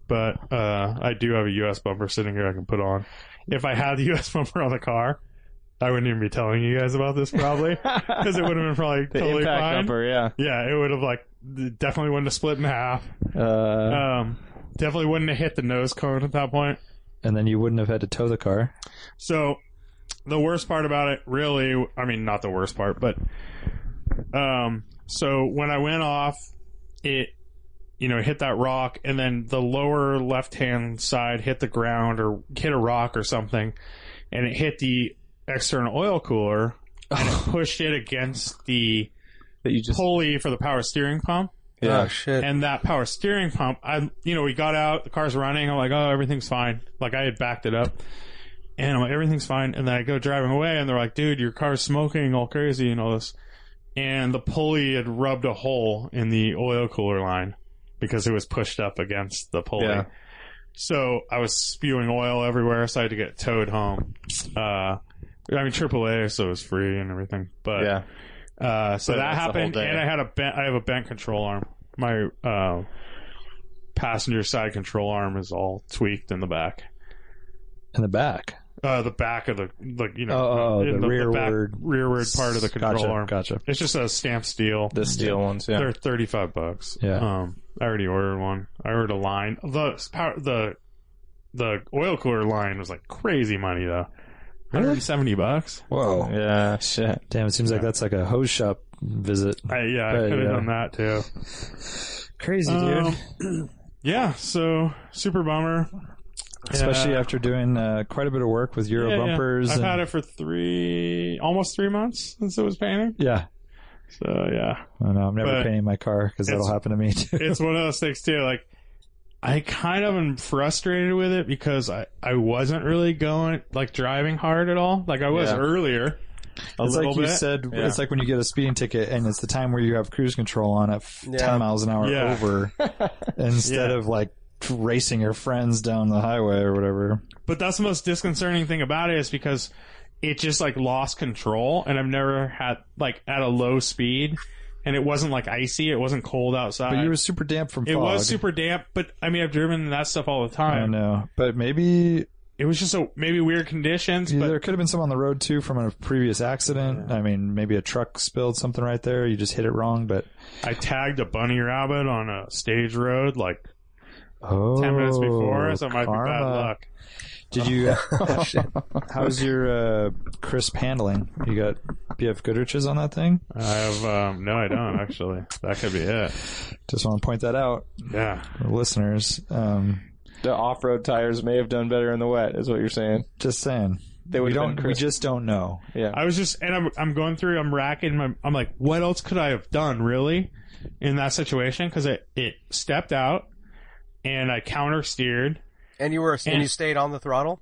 Speaker 2: But uh, I do have a U.S. bumper sitting here I can put on. If I had the U.S. bumper on the car, I wouldn't even be telling you guys about this probably because it would have been probably
Speaker 5: the
Speaker 2: totally
Speaker 5: impact
Speaker 2: fine.
Speaker 5: bumper, yeah.
Speaker 2: Yeah, it would have like definitely wouldn't have split in half.
Speaker 5: Uh,
Speaker 2: Um, definitely wouldn't have hit the nose cone at that point.
Speaker 1: and then you wouldn't have had to tow the car.
Speaker 2: So the worst part about it, really, I mean, not the worst part, but um, so when I went off, it you know hit that rock, and then the lower left hand side hit the ground or hit a rock or something, and it hit the external oil cooler and it pushed it against the
Speaker 5: that you just
Speaker 2: pulley for the power steering pump
Speaker 3: Oh shit.
Speaker 2: and that power steering pump i you know we got out the car's running i'm like oh everything's fine like i had backed it up and i'm like everything's fine and then i go driving away and they're like dude your car's smoking all crazy and all this and the pulley had rubbed a hole in the oil cooler line because it was pushed up against the pulley
Speaker 5: Yeah.
Speaker 2: so i was spewing oil everywhere so i had to get towed home uh I mean AAA, so it was free and everything. But
Speaker 5: yeah.
Speaker 2: uh, so that
Speaker 5: So that's the
Speaker 2: happened,
Speaker 5: whole day.
Speaker 2: and I had a bent. I have a bent control arm. My uh, passenger side control arm is all tweaked in the back.
Speaker 1: In the back.
Speaker 2: Uh, the back of the like you know
Speaker 1: Oh, oh,
Speaker 2: in
Speaker 1: the rearward-
Speaker 2: back, rearward part of the control
Speaker 1: gotcha,
Speaker 2: arm.
Speaker 1: Gotcha.
Speaker 2: It's just a stamped steel.
Speaker 5: The steel ones, yeah.
Speaker 2: They're thirty five bucks.
Speaker 1: Yeah.
Speaker 2: Um, I already ordered one. I ordered a line. The power the the oil cooler line was like crazy money though. 170 bucks.
Speaker 1: Whoa.
Speaker 5: Yeah, shit.
Speaker 1: Damn, it seems like that's like a hose shop visit.
Speaker 2: I, yeah, I
Speaker 1: Right,
Speaker 2: could have
Speaker 1: yeah.
Speaker 2: done that too.
Speaker 1: Crazy,
Speaker 2: Um, yeah, so super bummer.
Speaker 1: Especially
Speaker 2: Yeah.
Speaker 1: after doing uh, quite a bit of work with Euro
Speaker 2: Yeah, yeah.
Speaker 1: bumpers.
Speaker 2: I've
Speaker 1: and,
Speaker 2: had it for three, almost three months since it was painted.
Speaker 1: Yeah.
Speaker 2: So yeah,
Speaker 1: I know. I'm never
Speaker 2: But
Speaker 1: painting my car because that'll
Speaker 2: it's-
Speaker 1: happen to me too.
Speaker 2: it's one of those things too. Like I kind of am frustrated with it because I I wasn't really going like driving hard at all. Like I was
Speaker 5: Yeah.
Speaker 2: earlier. A
Speaker 1: it's
Speaker 2: little
Speaker 1: like you
Speaker 2: bit.
Speaker 1: said.
Speaker 5: Yeah.
Speaker 1: It's like when you get a speeding ticket, and it's the time where you have cruise control on at f-
Speaker 3: Yeah.
Speaker 1: ten miles an hour
Speaker 2: Yeah.
Speaker 1: over, instead
Speaker 2: Yeah.
Speaker 1: of like racing your friends down the highway or whatever.
Speaker 2: But that's the most disconcerting thing about it is because it just like lost control and I've never had like at a low speed and it wasn't like icy, it wasn't cold outside.
Speaker 1: But you were super damp from
Speaker 2: it
Speaker 1: fog.
Speaker 2: was super damp, but I mean I've driven that stuff all the
Speaker 1: I
Speaker 2: time.
Speaker 1: know, but maybe
Speaker 2: It was just a maybe weird conditions, but
Speaker 1: there could have been some on the road too from a previous accident. I mean, maybe a truck spilled something right there. You just hit it wrong, but
Speaker 2: I tagged a bunny rabbit on a stage road like
Speaker 1: oh,
Speaker 2: ten minutes before, so it might be bad
Speaker 1: karma.
Speaker 2: luck.
Speaker 1: Did you? uh,
Speaker 5: Oh,
Speaker 1: how's your uh, crisp handling? You got BF Goodrich's on that thing?
Speaker 2: I have um, no, I don't actually. That could be it.
Speaker 1: Just want to point that out,
Speaker 2: Yeah,
Speaker 1: for the listeners. Um,
Speaker 5: The off-road tires may have done better in the wet, is what you're saying.
Speaker 1: just saying,
Speaker 5: They
Speaker 1: we
Speaker 5: would have
Speaker 1: don't.
Speaker 5: been
Speaker 1: We
Speaker 5: crisp.
Speaker 1: just don't know.
Speaker 5: yeah.
Speaker 2: I was just and I'm I'm going through. I'm racking my. I'm like, what else could I have done really in that situation? Because it it stepped out and I counter steered.
Speaker 3: And you were and,
Speaker 2: And-
Speaker 3: you stayed on the throttle.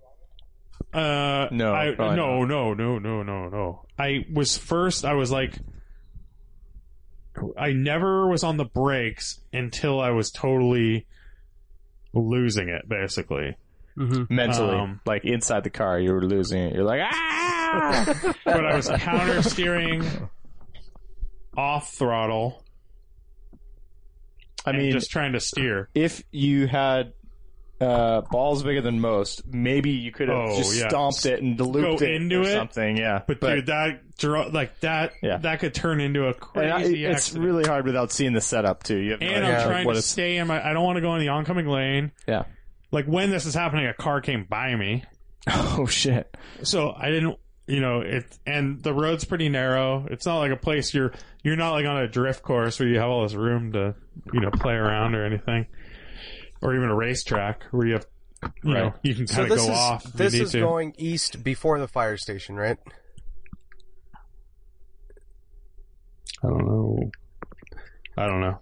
Speaker 2: Uh,
Speaker 5: No,
Speaker 2: I,
Speaker 5: Oh, probably
Speaker 2: no, no, no, no, no, no. I was first. I was like, I never was on the brakes until I was totally losing it, basically.
Speaker 5: mentally,
Speaker 2: Um,
Speaker 5: like inside the car, you were losing it. You're like, ah!
Speaker 2: but I was counter steering off throttle.
Speaker 5: I
Speaker 2: and
Speaker 5: mean,
Speaker 2: just trying to steer.
Speaker 5: if you had uh, balls bigger than most, maybe you could have
Speaker 2: Oh,
Speaker 5: just
Speaker 2: yeah.
Speaker 5: stomped it and looped it
Speaker 2: into
Speaker 5: or
Speaker 2: it,
Speaker 5: something. Yeah,
Speaker 2: But, dude, that dro- like that
Speaker 5: Yeah.
Speaker 2: that could turn into a
Speaker 5: and I-
Speaker 2: crazy
Speaker 5: it's
Speaker 2: accident.
Speaker 5: really hard without seeing the setup too. You have no
Speaker 2: and
Speaker 5: idea
Speaker 2: I'm trying
Speaker 5: what
Speaker 2: to
Speaker 5: it's-
Speaker 2: stay in my. I don't want to go in the oncoming lane.
Speaker 5: Yeah.
Speaker 2: Like when this is happening, a car came by me,
Speaker 5: Oh shit!
Speaker 2: so I didn't. You know, it and the road's pretty narrow. It's not like a place you're you're not like on a drift course where you have all this room to you know play around or anything, or even a racetrack where you have you know
Speaker 5: Right.
Speaker 2: you can
Speaker 3: So
Speaker 2: kind of
Speaker 3: this
Speaker 2: go
Speaker 3: is
Speaker 2: off. if you
Speaker 3: this
Speaker 2: need
Speaker 3: is
Speaker 2: to.
Speaker 3: going east before the fire station, right?
Speaker 2: I don't know. I don't know.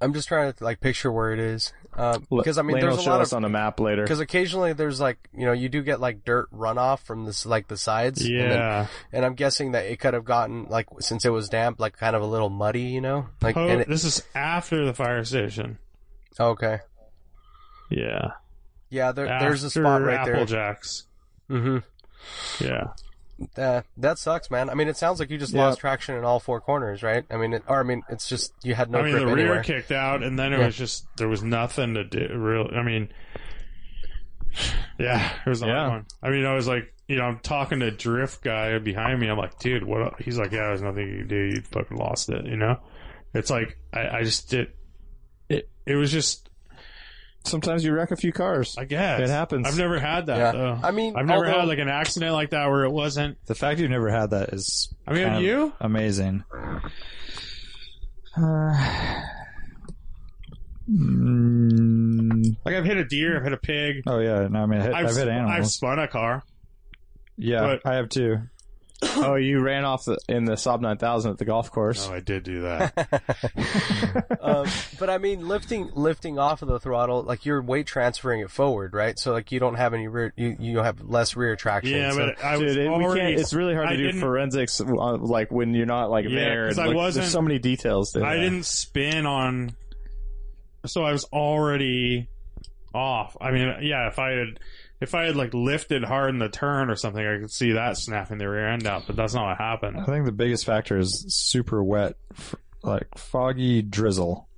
Speaker 3: I'm just trying to like picture where it is Um
Speaker 5: L-
Speaker 3: because I mean
Speaker 5: Lane will
Speaker 3: there's a
Speaker 5: show
Speaker 3: lot
Speaker 5: us
Speaker 3: of
Speaker 5: on a map later.
Speaker 3: because occasionally there's like you know you do get like dirt runoff from this like the sides. and then-
Speaker 2: Yeah.
Speaker 3: and I'm guessing that it could have gotten like since it was damp, like kind of a little muddy, you know? Like
Speaker 2: Po-
Speaker 3: and it,
Speaker 2: Oh,
Speaker 3: Oh,
Speaker 2: this is after the fire station.
Speaker 3: okay,
Speaker 2: Yeah.
Speaker 3: yeah, there, there's a spot right
Speaker 2: Apple
Speaker 3: there.
Speaker 2: Jacks. Mm-hmm.
Speaker 3: hmm
Speaker 2: Yeah.
Speaker 3: Uh, that sucks, man. I mean, it sounds like you just
Speaker 5: Yeah.
Speaker 3: lost traction in all four corners, right? I mean, it, or I mean, it's just you had no
Speaker 2: I mean,
Speaker 3: grip
Speaker 2: the rear
Speaker 3: anywhere.
Speaker 2: kicked out, and then it
Speaker 3: Yeah.
Speaker 2: was just there was nothing to do. Really, I mean, yeah, it was a
Speaker 5: Yeah.
Speaker 2: hard one. I mean, I was like, you know, I'm talking to Drift guy behind me. I'm like, dude, what? Up? He's like, yeah, there's nothing you can do. You fucking lost it. You know, it's like I, I just did. It it was just
Speaker 5: Sometimes you wreck a few cars.
Speaker 2: I guess
Speaker 5: It happens.
Speaker 2: I've never had that.
Speaker 3: Yeah.
Speaker 2: though.
Speaker 3: I mean,
Speaker 2: I've never
Speaker 3: although-
Speaker 2: had like an accident like that where it wasn't.
Speaker 1: The fact you've never had that is.
Speaker 2: I mean,
Speaker 1: kind of
Speaker 2: you?
Speaker 1: amazing. Uh, mm,
Speaker 2: Like I've hit a deer, I've hit a pig.
Speaker 1: oh yeah, no, I mean I've,
Speaker 2: I've,
Speaker 1: I've hit animals.
Speaker 2: I've spun a car.
Speaker 1: yeah,
Speaker 2: but-
Speaker 1: I have too.
Speaker 5: oh, you ran off the, in the Saab 9000 at the golf course.
Speaker 2: No, I did do that.
Speaker 3: um, but I mean, lifting lifting off of the throttle, like you're weight transferring it forward, right? So like you don't have any rear, you you have less rear traction.
Speaker 2: yeah,
Speaker 3: so-
Speaker 2: but I was
Speaker 5: Dude, it- we
Speaker 2: already.
Speaker 5: can't, it's really hard
Speaker 2: I
Speaker 5: to do
Speaker 2: didn't-
Speaker 5: forensics uh, like when you're not like
Speaker 2: Yeah,
Speaker 5: there.
Speaker 2: 'cause
Speaker 5: and
Speaker 2: I
Speaker 5: look-
Speaker 2: wasn't-
Speaker 5: There's so many details. To
Speaker 2: I
Speaker 5: that.
Speaker 2: didn't spin on. So I was already off. I mean, yeah, if I had. If I had like lifted hard in the turn or something, I could see that snapping the rear end out, but that's not what
Speaker 1: I
Speaker 2: happened.
Speaker 1: think the biggest factor is super wet, f- like foggy drizzle.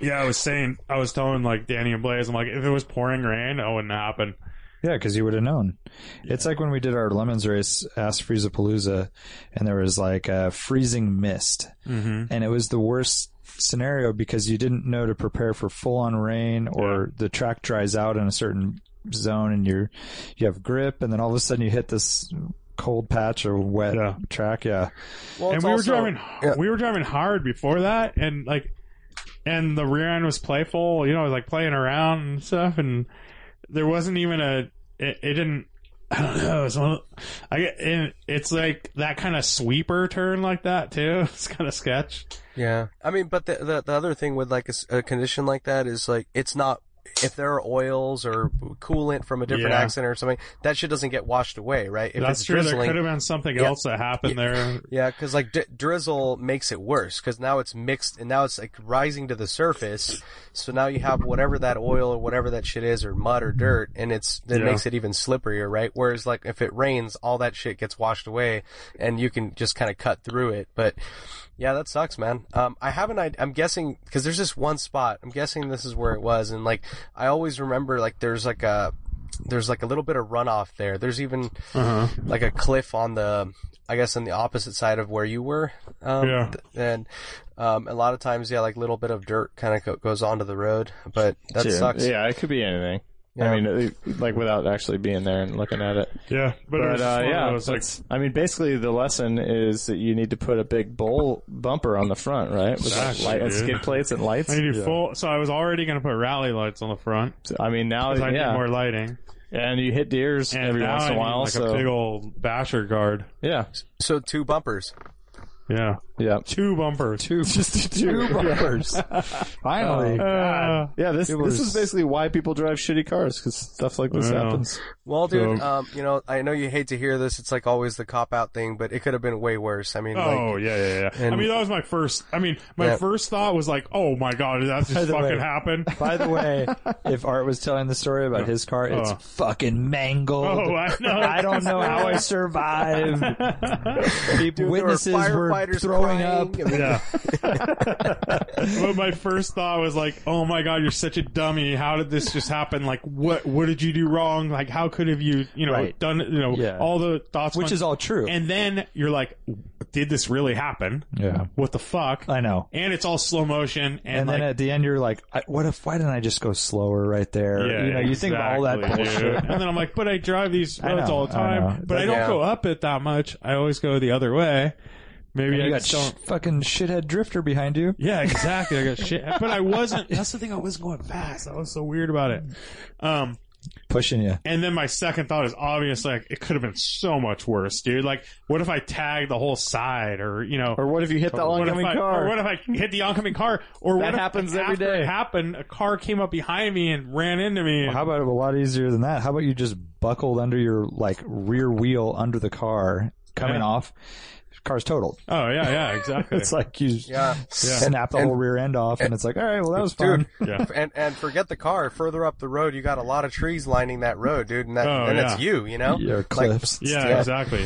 Speaker 2: Yeah, I was saying, I was telling like Danny and Blaze, I'm like, if it was pouring rain, that wouldn't happen.
Speaker 1: Yeah, because you would have known. It's like when we did our lemons race, Ask Friezapalooza, and there was like a freezing mist,
Speaker 2: Mm-hmm.
Speaker 1: and it was the worst scenario because you didn't know to prepare for full on rain or the track dries out in a certain zone and you're you have grip and then all of a sudden you hit this cold patch or wet
Speaker 2: Yeah.
Speaker 1: track yeah
Speaker 3: Well,
Speaker 2: and
Speaker 3: it's
Speaker 2: we
Speaker 3: also-
Speaker 2: were driving
Speaker 3: Yeah.
Speaker 2: we were driving hard before that and like and the rear end was playful you know like playing around and stuff and there wasn't even a it, it didn't I don't know. It's one of, I get, and it's like that kind of sweeper turn like that too. It's kind of sketch.
Speaker 3: Yeah, I mean, but the the, the other thing with like a s- a, condition like that is like it's not if there are oils or coolant from a different
Speaker 2: Yeah.
Speaker 3: accident or something that shit doesn't get washed away, right? If
Speaker 2: That's
Speaker 3: it's
Speaker 2: true. There
Speaker 3: drizzling,
Speaker 2: could have been something
Speaker 3: Yeah.
Speaker 2: else that happened there.
Speaker 3: yeah, because like d- drizzle makes it worse because now it's mixed and now it's like rising to the surface, so now you have whatever that oil or whatever that shit is or mud or dirt, and it's it
Speaker 2: Yeah.
Speaker 3: makes it even slipperier, right? Whereas like if it rains, all that shit gets washed away, and you can just kind of cut through it, but. Yeah, that sucks, man. Um, I haven't. I, I'm guessing because there's this one spot. I'm guessing this is where it was, and like I always remember, like there's like a there's like a little bit of runoff there. There's even
Speaker 2: Mm-hmm.
Speaker 3: like a cliff on the, I guess, on the opposite side of where you were. Um,
Speaker 2: Yeah.
Speaker 3: th- and um, a lot of times, yeah, like little bit of dirt kind of co- goes onto the road, but that
Speaker 5: Dude,
Speaker 3: sucks.
Speaker 5: Yeah, it could be anything.
Speaker 3: Yeah.
Speaker 5: I mean, it- like without actually being there and looking at it.
Speaker 2: Yeah, but, it was
Speaker 5: But
Speaker 2: just
Speaker 5: uh,
Speaker 2: one of
Speaker 5: yeah,
Speaker 2: those, like,
Speaker 5: that's- I mean, basically the lesson is that you need to put a big bowl bumper on the front, right? With like,
Speaker 2: Exactly,
Speaker 5: light and
Speaker 2: dude.
Speaker 5: skid plates and lights.
Speaker 2: I need
Speaker 5: Yeah.
Speaker 2: full. So I was already gonna put rally lights on the front
Speaker 5: So, I mean, now
Speaker 2: 'cause I need
Speaker 5: Oh, yeah,
Speaker 2: more lighting.
Speaker 5: and you hit deers
Speaker 2: And
Speaker 5: every
Speaker 2: now
Speaker 5: once
Speaker 2: I
Speaker 5: in a
Speaker 2: need,
Speaker 5: while.
Speaker 2: like
Speaker 5: so
Speaker 2: a big old basher guard.
Speaker 5: yeah,
Speaker 3: So two bumpers.
Speaker 2: Yeah,
Speaker 5: yeah,
Speaker 2: two bumpers.
Speaker 1: two just two bumpers finally
Speaker 2: Uh,
Speaker 5: yeah. This
Speaker 1: was-
Speaker 5: this is basically why people drive shitty cars because stuff like this
Speaker 2: Yeah.
Speaker 5: happens.
Speaker 3: Well, dude,
Speaker 2: So-
Speaker 3: um, you know, I know you hate to hear this. It's like always the cop out thing, but it could have been way worse. I mean,
Speaker 2: Oh
Speaker 3: like,
Speaker 2: yeah, yeah, yeah.
Speaker 3: and-
Speaker 2: I mean, that was my first. I mean, my
Speaker 3: Yeah.
Speaker 2: first thought was like, "Oh my god, did that
Speaker 1: the
Speaker 2: just fucking
Speaker 1: way-
Speaker 2: happen?"
Speaker 1: By the way, if Art was telling the story about his car, it's
Speaker 2: Oh.
Speaker 1: fucking mangled.
Speaker 2: Oh, I know.
Speaker 1: I don't know how I survived.
Speaker 3: dude, there were
Speaker 1: Witnesses were,
Speaker 3: firefighters
Speaker 1: throwing
Speaker 3: crying.
Speaker 1: up.
Speaker 3: I mean,
Speaker 2: Yeah. but my first thought was like, "Oh my god, you're such a dummy. How did this just happen? Like, what what did you do wrong? Like, how could have you, you know,
Speaker 1: Right.
Speaker 2: done, you know,
Speaker 1: Yeah.
Speaker 2: all the thoughts?"
Speaker 1: Which
Speaker 2: went-
Speaker 1: is all true.
Speaker 2: And then you're like, "Did this really happen?
Speaker 1: Yeah.
Speaker 2: What the fuck?"
Speaker 1: I know.
Speaker 2: And it's all slow motion, and,
Speaker 1: And
Speaker 2: like,
Speaker 1: then at the end, you're like, I, "What if? Why didn't I just go slower right there?" you know, you think of all that
Speaker 2: exactly,
Speaker 1: bullshit.
Speaker 2: dude. And then I'm like, but I drive these
Speaker 1: I
Speaker 2: roads
Speaker 1: know,
Speaker 2: all the
Speaker 1: I know.
Speaker 2: time, but I don't
Speaker 3: Yeah.
Speaker 2: go up it that much. I always go the other way. Maybe
Speaker 1: You
Speaker 2: I
Speaker 1: got
Speaker 2: just don't.
Speaker 1: sh- fucking shithead drifter behind you.
Speaker 2: Yeah, exactly. I got shit, but I wasn't. That's the thing. I wasn't going fast. That was so weird about it. Um,
Speaker 1: pushing you.
Speaker 2: and then my second thought is obviously like it could have been so much worse, dude. Like, what if I tagged the whole side, or you know,
Speaker 5: Or what if you hit the
Speaker 2: what if
Speaker 5: oncoming
Speaker 2: I,
Speaker 5: car?
Speaker 2: Or what if I hit the oncoming car? Or
Speaker 5: That
Speaker 2: what if
Speaker 5: happens every
Speaker 2: after
Speaker 5: day.
Speaker 2: It happened. A car came up behind me and ran into me.
Speaker 1: How about a lot easier than that? How about you just buckled under your like rear wheel under the car coming
Speaker 2: Yeah.
Speaker 1: off? Car's totaled.
Speaker 2: oh yeah, yeah, exactly.
Speaker 1: It's like you
Speaker 3: Yeah.
Speaker 1: snap the whole rear end off, and it's like, all right, well that was fun.
Speaker 3: Dude,
Speaker 2: Yeah.
Speaker 3: and and forget the car. Further up the road, you got a lot of trees lining that road, dude, and that
Speaker 2: Oh,
Speaker 3: and
Speaker 2: yeah.
Speaker 3: it's you, you know.
Speaker 1: Yeah, cliffs.
Speaker 2: Yeah,
Speaker 3: Yeah.
Speaker 2: exactly.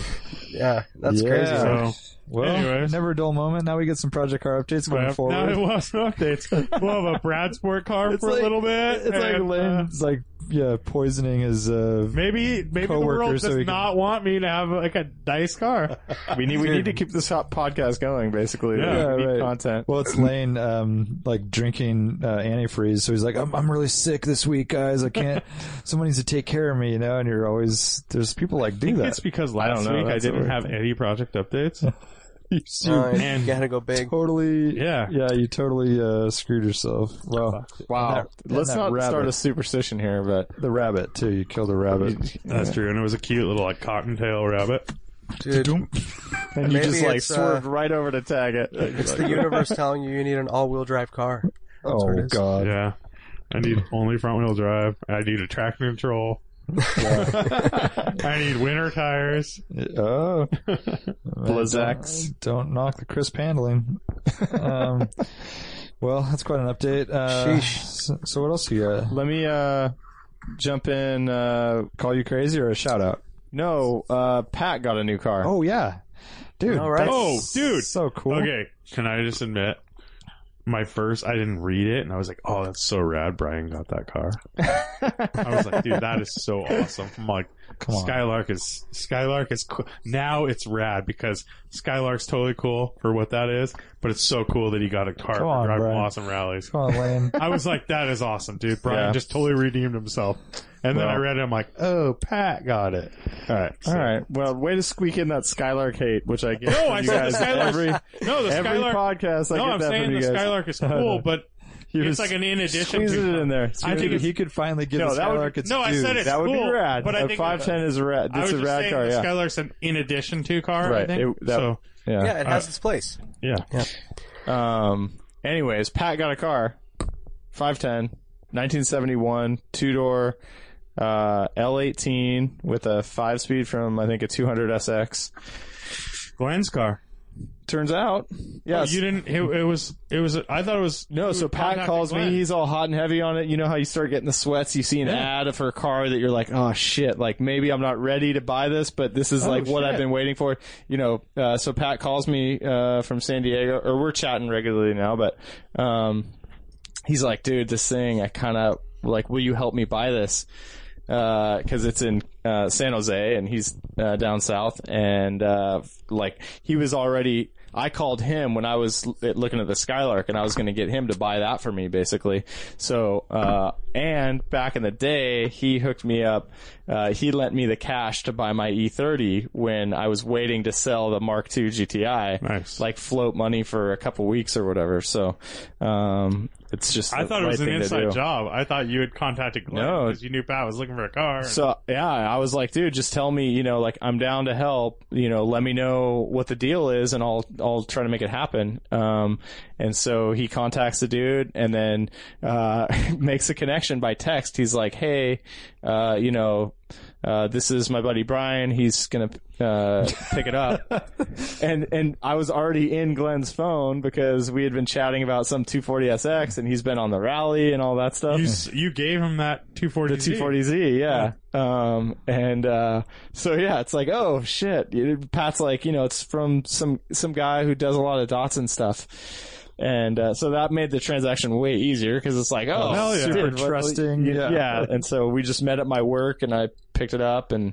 Speaker 3: Yeah, that's
Speaker 1: Yeah.
Speaker 3: crazy.
Speaker 1: So-
Speaker 2: So,
Speaker 1: Well,
Speaker 2: anyways.
Speaker 1: never a dull moment. Now we get some project car updates going
Speaker 2: now it
Speaker 1: forward.
Speaker 2: was updates. We'll have a Brad Sport car
Speaker 1: It's
Speaker 2: for
Speaker 1: like-
Speaker 2: a little bit.
Speaker 1: It's like
Speaker 2: and, uh,
Speaker 1: Lynn's like yeah, poisoning his uh
Speaker 2: Maybe maybe the
Speaker 1: coworker
Speaker 2: world does
Speaker 1: so he can-
Speaker 2: not want me to have like a nice car.
Speaker 5: we need we need to keep this hot podcast going. Basically,
Speaker 2: Yeah,
Speaker 5: we need
Speaker 1: right.
Speaker 5: content.
Speaker 1: well, it's Lane, um, like drinking uh, antifreeze. So he's like, "I'm I'm really sick this week, guys. I can't. Someone needs to take care of me, you know." And you're always there's people like do that.
Speaker 2: it's because
Speaker 5: don't
Speaker 2: last
Speaker 5: know,
Speaker 2: week I
Speaker 5: that's
Speaker 2: didn't
Speaker 5: weird.
Speaker 2: have any project updates.
Speaker 3: Uh,
Speaker 1: you
Speaker 3: you gotta go big.
Speaker 1: totally,
Speaker 2: Yeah.
Speaker 1: yeah, you totally uh, screwed yourself. Well,
Speaker 5: Wow,
Speaker 1: that- and
Speaker 5: let's
Speaker 1: that
Speaker 5: not start
Speaker 1: rabbit.
Speaker 5: a superstition here, but
Speaker 1: the rabbit too. You killed a rabbit.
Speaker 2: That's true, and it was a cute little like cottontail rabbit.
Speaker 3: Dude,
Speaker 5: and you
Speaker 3: Maybe
Speaker 5: just like
Speaker 3: it's, uh,
Speaker 5: swerved right over to tag it. It's
Speaker 3: the universe telling you you need an all-wheel drive car.
Speaker 1: Oh God,
Speaker 2: Yeah. I need only front wheel drive. I need a traction control. I need winter tires.
Speaker 1: Oh, Man,
Speaker 5: Blizzax.
Speaker 1: Don't, don't knock the crisp handling. Um, well, that's quite an update. Uh, so, so what else you got?
Speaker 5: Let me uh, jump in. Uh,
Speaker 1: Call you crazy or a shout out?
Speaker 5: no, uh, Pat got a new car.
Speaker 1: Oh yeah, dude.
Speaker 3: All right.
Speaker 1: that's
Speaker 2: Oh, dude.
Speaker 1: so cool.
Speaker 2: Okay, can I just admit? My first, I didn't read it, and I was like, "Oh, that's so rad!" Brian got that car. I was like, "Dude, that is so awesome!" I'm like,
Speaker 1: Come on.
Speaker 2: Skylark is Skylark is cool. now it's rad because Skylark's totally cool for what that is, but it's so cool that he got a car
Speaker 1: Come on,
Speaker 2: for driving
Speaker 1: Brian.
Speaker 2: awesome rallies.
Speaker 1: Come on, Lane.
Speaker 2: I was like, that is awesome, dude. Brian
Speaker 5: Yeah.
Speaker 2: just totally redeemed himself. And then I
Speaker 5: Well.
Speaker 2: read it, I'm like, oh, Pat got it. All right.
Speaker 5: All right. Well, way to squeak in that Skylark hate, which I get.
Speaker 2: No,
Speaker 5: from
Speaker 2: I
Speaker 5: you
Speaker 2: said the
Speaker 5: guys
Speaker 2: Skylark-
Speaker 5: Every,
Speaker 2: No, the
Speaker 5: every
Speaker 2: Skylark.
Speaker 5: podcast, I
Speaker 2: no,
Speaker 5: get
Speaker 2: I'm
Speaker 5: that
Speaker 2: saying
Speaker 5: from you
Speaker 2: the
Speaker 5: guys.
Speaker 2: Skylark is cool, but
Speaker 5: You
Speaker 2: it's
Speaker 5: just
Speaker 2: like an in addition
Speaker 5: squeeze it
Speaker 2: to.
Speaker 5: in there.
Speaker 2: I think
Speaker 1: Dude,
Speaker 2: it's-
Speaker 1: he could finally give
Speaker 5: No,
Speaker 1: the
Speaker 5: that would-
Speaker 1: Skylark its
Speaker 2: No, I
Speaker 1: due.
Speaker 2: said it's
Speaker 5: that would
Speaker 2: cool,
Speaker 5: be rad.
Speaker 2: but I
Speaker 5: a
Speaker 2: think-
Speaker 5: five ten is a rad.
Speaker 2: I
Speaker 5: It's
Speaker 2: was
Speaker 5: a
Speaker 2: just
Speaker 5: rad
Speaker 2: saying
Speaker 5: car,
Speaker 2: the
Speaker 5: yeah.
Speaker 2: Skylark's an in addition to car, I
Speaker 5: Right.
Speaker 2: think.
Speaker 5: It- that-
Speaker 2: so
Speaker 3: Yeah, it has
Speaker 2: Uh,
Speaker 3: its place.
Speaker 2: yeah.
Speaker 5: Um. Anyways, Pat got a car, 510, 1971, two door, uh, L18 with a five speed from I think a 200 SX.
Speaker 2: Glenn's car.
Speaker 5: Turns out, yes.
Speaker 2: You didn't. It, it was. It was. I thought it was.
Speaker 5: no, so Pat
Speaker 2: contacting
Speaker 5: calls
Speaker 2: Glenn.
Speaker 5: me. He's all hot and heavy on it. You know how you start getting the sweats. You see an ad of her car that you're like, oh shit, like maybe I'm not ready to buy this, but this is like what
Speaker 2: Oh, shit.
Speaker 5: I've been waiting for. You know, uh, so Pat calls me uh, from San Diego, or we're chatting regularly now, but um, he's like, dude, this thing, I kind of like, will you help me buy this? Because it's in uh, San Jose and he's uh, down south. And uh, like, he was already, I called him when I was l- looking at the Skylark and I was going to get him to buy that for me, basically. So, uh, and back in the day, he hooked me up. Uh, he lent me the cash to buy my E30 when I was waiting to sell the Mark II GTI.
Speaker 2: Nice.
Speaker 5: Like, float money for a couple weeks or whatever. So um, it's just.
Speaker 2: I
Speaker 5: the
Speaker 2: thought it was
Speaker 5: right
Speaker 2: an
Speaker 5: thing to
Speaker 2: inside
Speaker 5: do.
Speaker 2: job. I thought you had contacted Glenn
Speaker 5: No.
Speaker 2: because you knew Pat was looking for a car. and-
Speaker 5: So yeah, I was like, dude, just tell me, you know, like I'm down to help. You know, let me know what the deal is, and I'll I'll try to make it happen. Um, and so he contacts the dude, and then uh, makes a connection by text. He's like, hey, uh, you know. Uh, this is my buddy Brian. He's gonna uh, pick it up, and and I was already in Glenn's phone because we had been chatting about some 240SX, and he's been on the rally and all that stuff.
Speaker 2: you s- you gave him that 240.
Speaker 5: The 240Z, yeah. Um, and uh, so yeah, it's like, oh shit. You- Pat's like, you know, it's from some some guy who does a lot of dots and stuff. And uh, so that made the transaction way easier because it's like, oh,
Speaker 2: hell yeah.
Speaker 5: dude,
Speaker 1: Super
Speaker 5: what- what-
Speaker 1: trusting,
Speaker 5: yeah.
Speaker 1: yeah.
Speaker 5: And so we just met at my work, and I picked it up and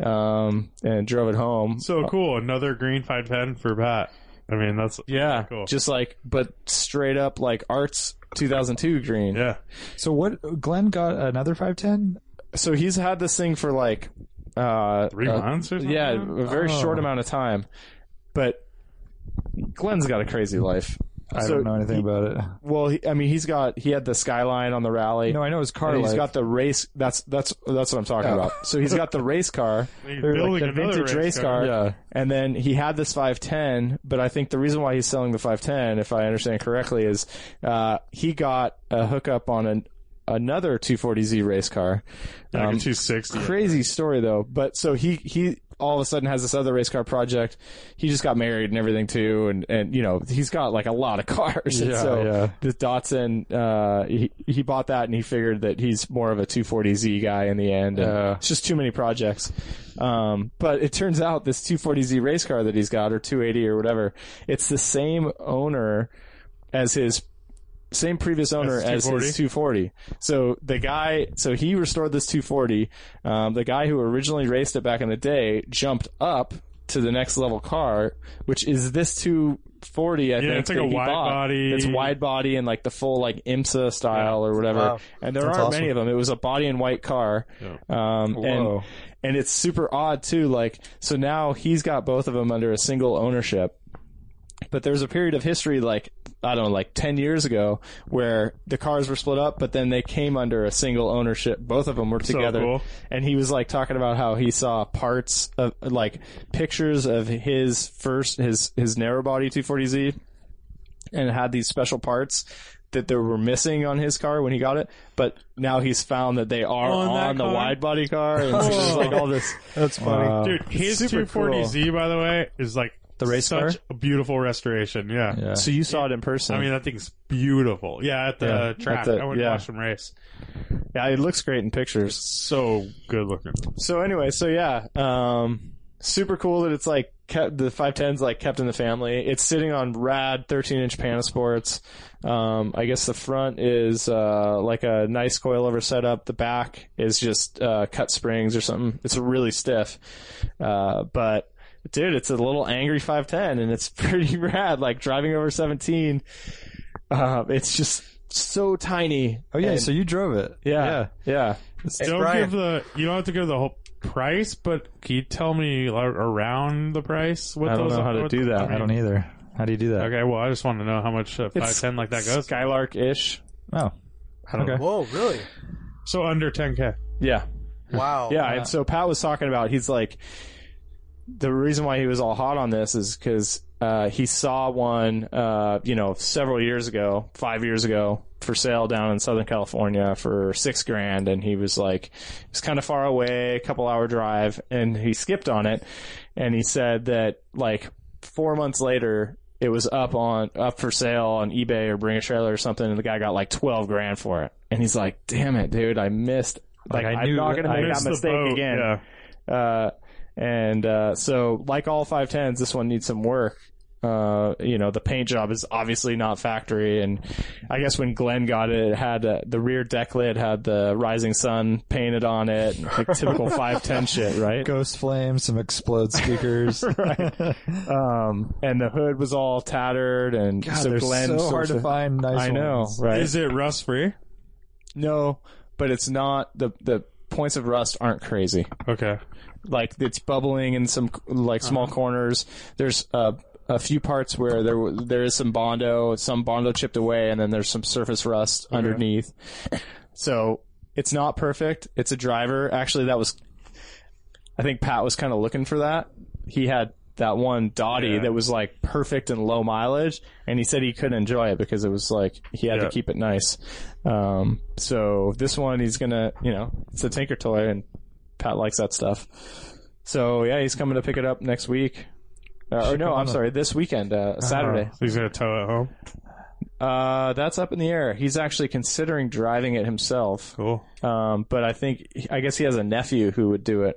Speaker 5: um and drove it home.
Speaker 2: So cool. Another green 510 for Pat. I mean, that's
Speaker 5: yeah,
Speaker 2: cool.
Speaker 5: just like, but straight up like arts 2002 green.
Speaker 2: yeah.
Speaker 1: So what? Glenn got another five ten.
Speaker 5: So he's had this thing for like uh
Speaker 2: Three
Speaker 5: uh,
Speaker 2: months or something.
Speaker 5: Yeah, a very
Speaker 1: Oh.
Speaker 5: short amount of time. But Glenn's got a crazy life.
Speaker 1: I
Speaker 5: So
Speaker 1: don't know anything
Speaker 5: he-
Speaker 1: about it.
Speaker 5: Well, he, I mean, he's got he had the skyline on the rally.
Speaker 1: No, I know his car.
Speaker 5: and he's
Speaker 1: life.
Speaker 5: got the race. That's that's that's what I'm talking about. So he's got the race car,
Speaker 2: He's
Speaker 5: or, like,
Speaker 2: building
Speaker 5: the
Speaker 2: another
Speaker 5: vintage
Speaker 2: race
Speaker 5: race
Speaker 2: car.
Speaker 5: car, and then he had this 510. But I think the reason why he's selling the 510, if I understand correctly, is uh, he got a hookup on an another 240Z race car.
Speaker 2: Like a
Speaker 5: Um,
Speaker 2: 260.
Speaker 5: crazy story though. But so he he all of a sudden has this other race car project. He just got married and everything too, and and you know he's got like a lot of cars. and
Speaker 1: Yeah,
Speaker 5: so
Speaker 1: yeah.
Speaker 5: this Datsun, uh, he he bought that and he figured that he's more of a 240Z guy in the end. and
Speaker 1: Yeah.
Speaker 5: It's just too many projects. Um, but it turns out this 240Z race car that he's got or 280 or whatever, it's the same owner as his same previous owner
Speaker 2: As
Speaker 5: as, his 240. So the guy, so he restored this 240. Um, the guy who originally raced it back in the day jumped up to the next level car, which is this 240. I think
Speaker 2: it's like
Speaker 5: that
Speaker 2: a
Speaker 5: he
Speaker 2: wide
Speaker 5: bought.
Speaker 2: body.
Speaker 5: It's wide body and like the full like IMSA style or whatever.
Speaker 3: Wow.
Speaker 5: And there
Speaker 3: That's
Speaker 5: aren't
Speaker 3: awesome.
Speaker 5: many of them. It was a body and white car. Um, and
Speaker 1: Whoa.
Speaker 5: and it's super odd too. Like so now he's got both of them under a single ownership but there was a period of history like I don't know, like ten years ago, where the cars were split up, but then they came under a single ownership. Both of them were together,
Speaker 2: cool.
Speaker 5: and he was like talking about how he saw parts of like pictures of his first his his narrow body 240Z, and had these special parts that there were missing on his car when he got it, but now he's found that they are
Speaker 2: On
Speaker 5: on,
Speaker 2: that
Speaker 5: the
Speaker 2: car?
Speaker 5: wide body car, and it's just like all this.
Speaker 3: That's funny.
Speaker 2: Uh, Dude, his 240Z, by the way, is like
Speaker 5: The race
Speaker 2: such
Speaker 5: car?
Speaker 2: a beautiful restoration. Yeah.
Speaker 1: Yeah.
Speaker 5: So you saw it in person.
Speaker 2: I mean, that thing's beautiful. Yeah, at the
Speaker 5: Yeah,
Speaker 2: track.
Speaker 5: at the-
Speaker 2: I went
Speaker 5: yeah.
Speaker 2: and watched him race.
Speaker 5: yeah, it looks great in pictures.
Speaker 2: So good looking.
Speaker 5: So anyway, so yeah, um, super cool that it's like kept the 510's like kept in the family. It's sitting on rad 13 inch Panasports. Um, I guess the front is uh, like a nice coilover setup. The back is just uh, cut springs or something. It's really stiff, uh, but dude, it's a little angry 510, and it's pretty rad. Like driving over 17, uh, it's just so tiny.
Speaker 1: Oh yeah,
Speaker 5: And-
Speaker 1: so you drove it.
Speaker 5: yeah, yeah.
Speaker 2: don't
Speaker 3: Brian.
Speaker 2: give the you don't have to give the whole price, but can you tell me like, around the price? What
Speaker 5: I don't
Speaker 2: those
Speaker 5: know how to
Speaker 2: what-
Speaker 5: do that.
Speaker 2: I mean,
Speaker 1: I don't either. How do you do that?
Speaker 2: Okay, well, I just want to know how much uh, five ten like that goes.
Speaker 5: Skylark ish.
Speaker 1: Oh, okay.
Speaker 3: Whoa, really?
Speaker 2: So under ten k.
Speaker 5: Yeah,
Speaker 3: Wow.
Speaker 5: Yeah, and so Pat was talking about he's like the reason why he was all hot on this is because uh, he saw one, uh, you know, several years ago, five years ago, for sale down in Southern California for six grand, and he was like, it's kind of far away, a couple hour drive, and he skipped on it, and he said that like four months later. It was up on up for sale on eBay or Bring a Trailer or something, and the guy got like twelve grand for it. And he's like, "Damn it, dude! I missed. Like,
Speaker 1: Like, I
Speaker 5: I am
Speaker 1: knew
Speaker 5: not
Speaker 1: that-
Speaker 5: gonna
Speaker 1: I
Speaker 5: make
Speaker 2: missed
Speaker 5: that
Speaker 2: the
Speaker 5: mistake
Speaker 2: boat,
Speaker 5: again."
Speaker 2: yeah.
Speaker 5: Uh, and uh, so, like all 510s, this one needs some work. Uh, you know, the paint job is obviously not factory, and I guess when Glenn got it, it had uh, the rear deck lid had the rising sun painted on it, like typical 510 shit, right?
Speaker 1: Ghost flames, some explode speakers.
Speaker 5: right. Um, and the hood was all tattered, and
Speaker 1: God,
Speaker 5: so
Speaker 1: they're
Speaker 5: Glenn
Speaker 1: so hard
Speaker 5: sorta-
Speaker 1: to find. Nice.
Speaker 5: I know,
Speaker 1: ones.
Speaker 5: right?
Speaker 2: Is it rust free?
Speaker 5: no, but it's not the the points of rust aren't crazy.
Speaker 2: Okay.
Speaker 5: like it's bubbling in some like small
Speaker 2: Uh-huh.
Speaker 5: corners. There's uh, a few parts where there w- there is some bondo, some bondo chipped away, and then there's some surface rust
Speaker 2: Uh-huh.
Speaker 5: underneath. So it's not perfect. It's a driver. Actually, that was I think Pat was kind of looking for that. He had that one Dottie
Speaker 2: Yeah.
Speaker 5: that was like perfect and low mileage, and he said he couldn't enjoy it because it was like he had
Speaker 2: Yeah.
Speaker 5: to keep it nice. Um, so this one he's gonna, you know, it's a tinker toy, and Pat likes that stuff. So yeah, he's coming to pick it up next week. Uh, or no, I'm sorry, this weekend, uh, Saturday.
Speaker 2: Oh, so he's gonna tow it home.
Speaker 5: Uh, that's up in the air. He's actually considering driving it himself.
Speaker 2: Cool.
Speaker 5: Um, but I think I guess he has a nephew who would do it.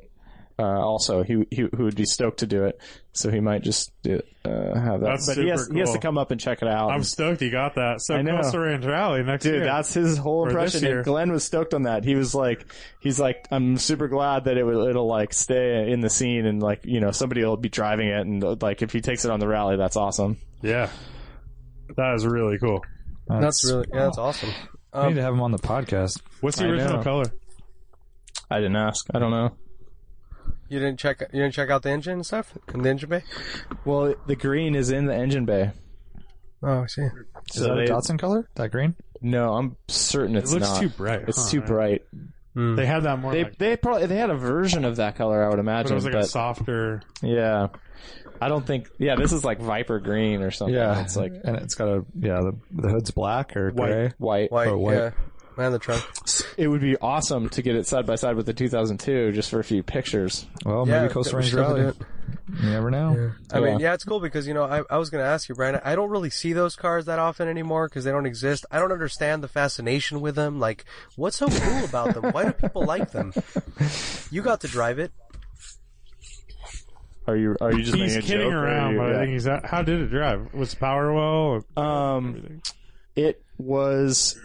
Speaker 5: Uh, also, he, he who would be stoked to do it, so he might just do, uh, have that.
Speaker 2: That's
Speaker 5: but he, has,
Speaker 2: super
Speaker 5: he has to
Speaker 2: cool.
Speaker 5: come up and check it out.
Speaker 2: I'm stoked you got that. So
Speaker 5: I know.
Speaker 2: Costa Ranch Rally next
Speaker 5: Dude,
Speaker 2: year.
Speaker 5: that's his whole
Speaker 2: Or this
Speaker 5: impression.
Speaker 2: year.
Speaker 5: And Glenn was stoked on that. He was like, he's like, I'm super glad that it will, it'll like stay in the scene and like, you know, somebody will be driving it and like if he takes it on the rally, that's awesome.
Speaker 2: yeah. That is really cool.
Speaker 3: That's really yeah, that's awesome. Um,
Speaker 1: We need to have him on the podcast.
Speaker 2: What's the
Speaker 5: I
Speaker 2: original
Speaker 5: know.
Speaker 2: color?
Speaker 5: I didn't ask. I don't know.
Speaker 3: You didn't check you didn't check out the engine and stuff in the engine bay?
Speaker 5: Well, the green is in the engine bay.
Speaker 3: Oh, I see.
Speaker 1: Is that a Datsun color? That green?
Speaker 5: No, I'm certain
Speaker 2: It
Speaker 5: it's
Speaker 2: looks
Speaker 5: not.
Speaker 2: too bright.
Speaker 5: it's
Speaker 2: huh?
Speaker 5: too bright. Mm.
Speaker 2: They had that more.
Speaker 5: They
Speaker 2: like,
Speaker 5: they probably they had a version of that color, I would
Speaker 2: but it
Speaker 5: imagine.
Speaker 2: was like a
Speaker 5: but
Speaker 2: softer.
Speaker 5: yeah, I don't think. Yeah, this is like viper green or something. it's like
Speaker 1: and it's got a yeah. The, the hood's black or
Speaker 2: White.
Speaker 1: gray.
Speaker 5: white.
Speaker 3: White,
Speaker 1: Oh, white.
Speaker 3: yeah. Man the trunk.
Speaker 5: It would be awesome to get it side by side with the 2002 just for a few pictures.
Speaker 1: Well,
Speaker 3: Yeah,
Speaker 1: maybe Coastal
Speaker 3: we
Speaker 1: Range
Speaker 3: should probably
Speaker 1: Rally.
Speaker 3: do
Speaker 1: You
Speaker 3: it.
Speaker 1: never know.
Speaker 3: I mean,
Speaker 5: Yeah.
Speaker 3: yeah, it's cool because you know I, I was going to ask you, Brian. I don't really see those cars that often anymore because they don't exist. I don't understand the fascination with them. Like, what's so cool about them? Why do people like them? You got to drive it.
Speaker 5: Are you are you just
Speaker 2: He's
Speaker 5: making a
Speaker 2: kidding
Speaker 5: joke, or are
Speaker 2: around,
Speaker 5: you-
Speaker 2: but
Speaker 5: yeah.
Speaker 2: I think he's. At, how did it drive? Was power well? Or,
Speaker 5: um it was